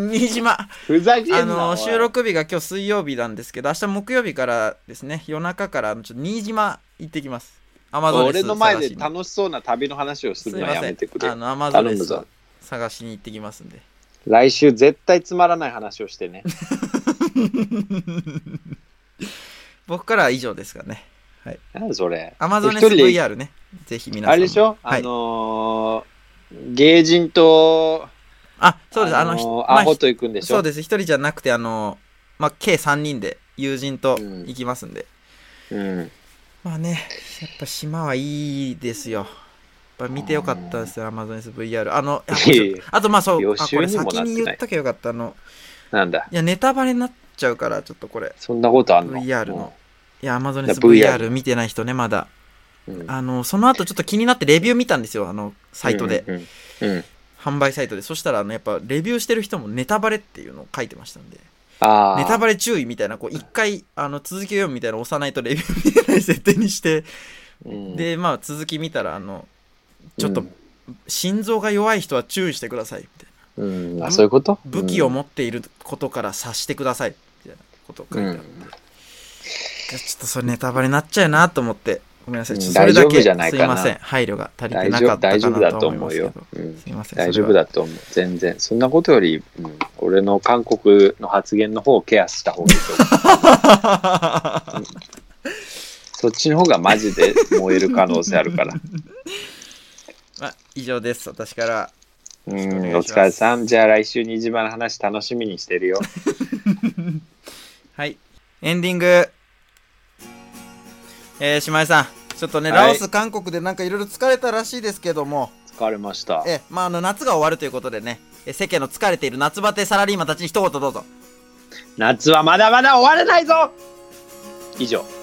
S3: 新島
S2: ふざけんな
S3: あの
S2: おい
S3: 収録日が今日水曜日なんですけど明日木曜日からですね夜中からあのちょっと新島行ってきますアマゾネス
S2: 俺の前
S3: 探
S2: で
S3: しに
S2: 楽しそうな旅の話をす
S3: す
S2: る
S3: い
S2: の
S3: ま
S2: はや
S3: せ
S2: めてく
S3: ん
S2: れ
S3: あ。のアマゾ
S2: 頼
S3: ネ
S2: む
S3: ス
S2: ぞ。
S3: 探しに行ってきますんで
S2: 来週絶対つまらない話を してね。
S3: 僕からは以上ですかね
S2: なんだそれ。
S3: アマゾネス
S2: 一人で
S3: VR ねぜひ皆さんも
S2: あれでしょ、
S3: はい
S2: あのー、芸人と、
S3: あそうですあの、
S2: のー
S3: ひ
S2: アホと行くんでしょ
S3: そうです一人じゃなくてあのまあ計3人で友人と
S2: うん
S3: 行きますんで、
S2: うん。
S3: まあね、やっぱ島はいいですよ。やっぱ見てよかったですよ、アマゾネス VR。あの、あ
S2: いえいえ
S3: ちょあとまあそう、
S2: 予
S3: あこ
S2: 習
S3: れ
S2: にもなってない
S3: 先に言っとけばよかった。あの、
S2: なんだ。
S3: いや、ネタバレになっちゃうから、ちょっとこれ。
S2: そんなことあんの
S3: VR の。いや、アマゾネス
S2: いや
S3: VR 見てない人ね、まだ。
S2: うんうん
S3: あの、その後ちょっと気になってレビュー見たんですよ、あの、サイトで。
S2: うんうんうん
S3: 販売サイトで。そしたら、あの、やっぱレビューしてる人もネタバレっていうのを書いてましたんで。
S2: ああ。
S3: ネタバレ注意みたいな、こう、一回、あの、続きを読むみたいなの押さないとレビュー見れない設定にして、
S2: うん
S3: でまあ続き見たらあのちょっ
S2: う
S3: と
S2: ん
S3: 心臓が弱い人は注意してくださいみたいな
S2: うん、あそういうこと
S3: 武器を持っていることから察してくださいみたいなことを書いてあって、
S2: うん
S3: いやちょっとそれネタバレになっちゃうなと思ってごめんなさいちょっと
S2: う
S3: そ
S2: ん
S3: れだ
S2: 大丈
S3: け
S2: 夫じゃない
S3: すい
S2: かな
S3: ません配慮が足りて
S2: 大
S3: な
S2: 丈
S3: か
S2: 夫、
S3: った
S2: 大丈
S3: か
S2: 夫
S3: な
S2: だ
S3: と
S2: と
S3: 思い
S2: 思
S3: ま
S2: う
S3: すけ
S2: よ。
S3: ど
S2: うん
S3: すいません
S2: 大丈夫だと思う。全然。そんなことより、うん、俺の韓国の発言の方をケアした方がい いと思う。
S3: だ
S2: そっちの方がマジで燃える可能性ある から。
S3: まあ以上です私から
S2: うん、
S3: ろしくお願いします
S2: お疲れさん。じゃあ来週に島の話楽しみにしてるよ。
S3: はいエンディングえー、島井さんちょっとね、
S2: はい
S3: ラオス韓国でなんかいろいろ疲れたらしいですけども
S2: 疲れました。
S3: ええまああの夏が終わるということでねえ世間の疲れている夏バテサラリーマンたちに一言どうぞ
S2: 夏はまだまだ終わらないぞ以上。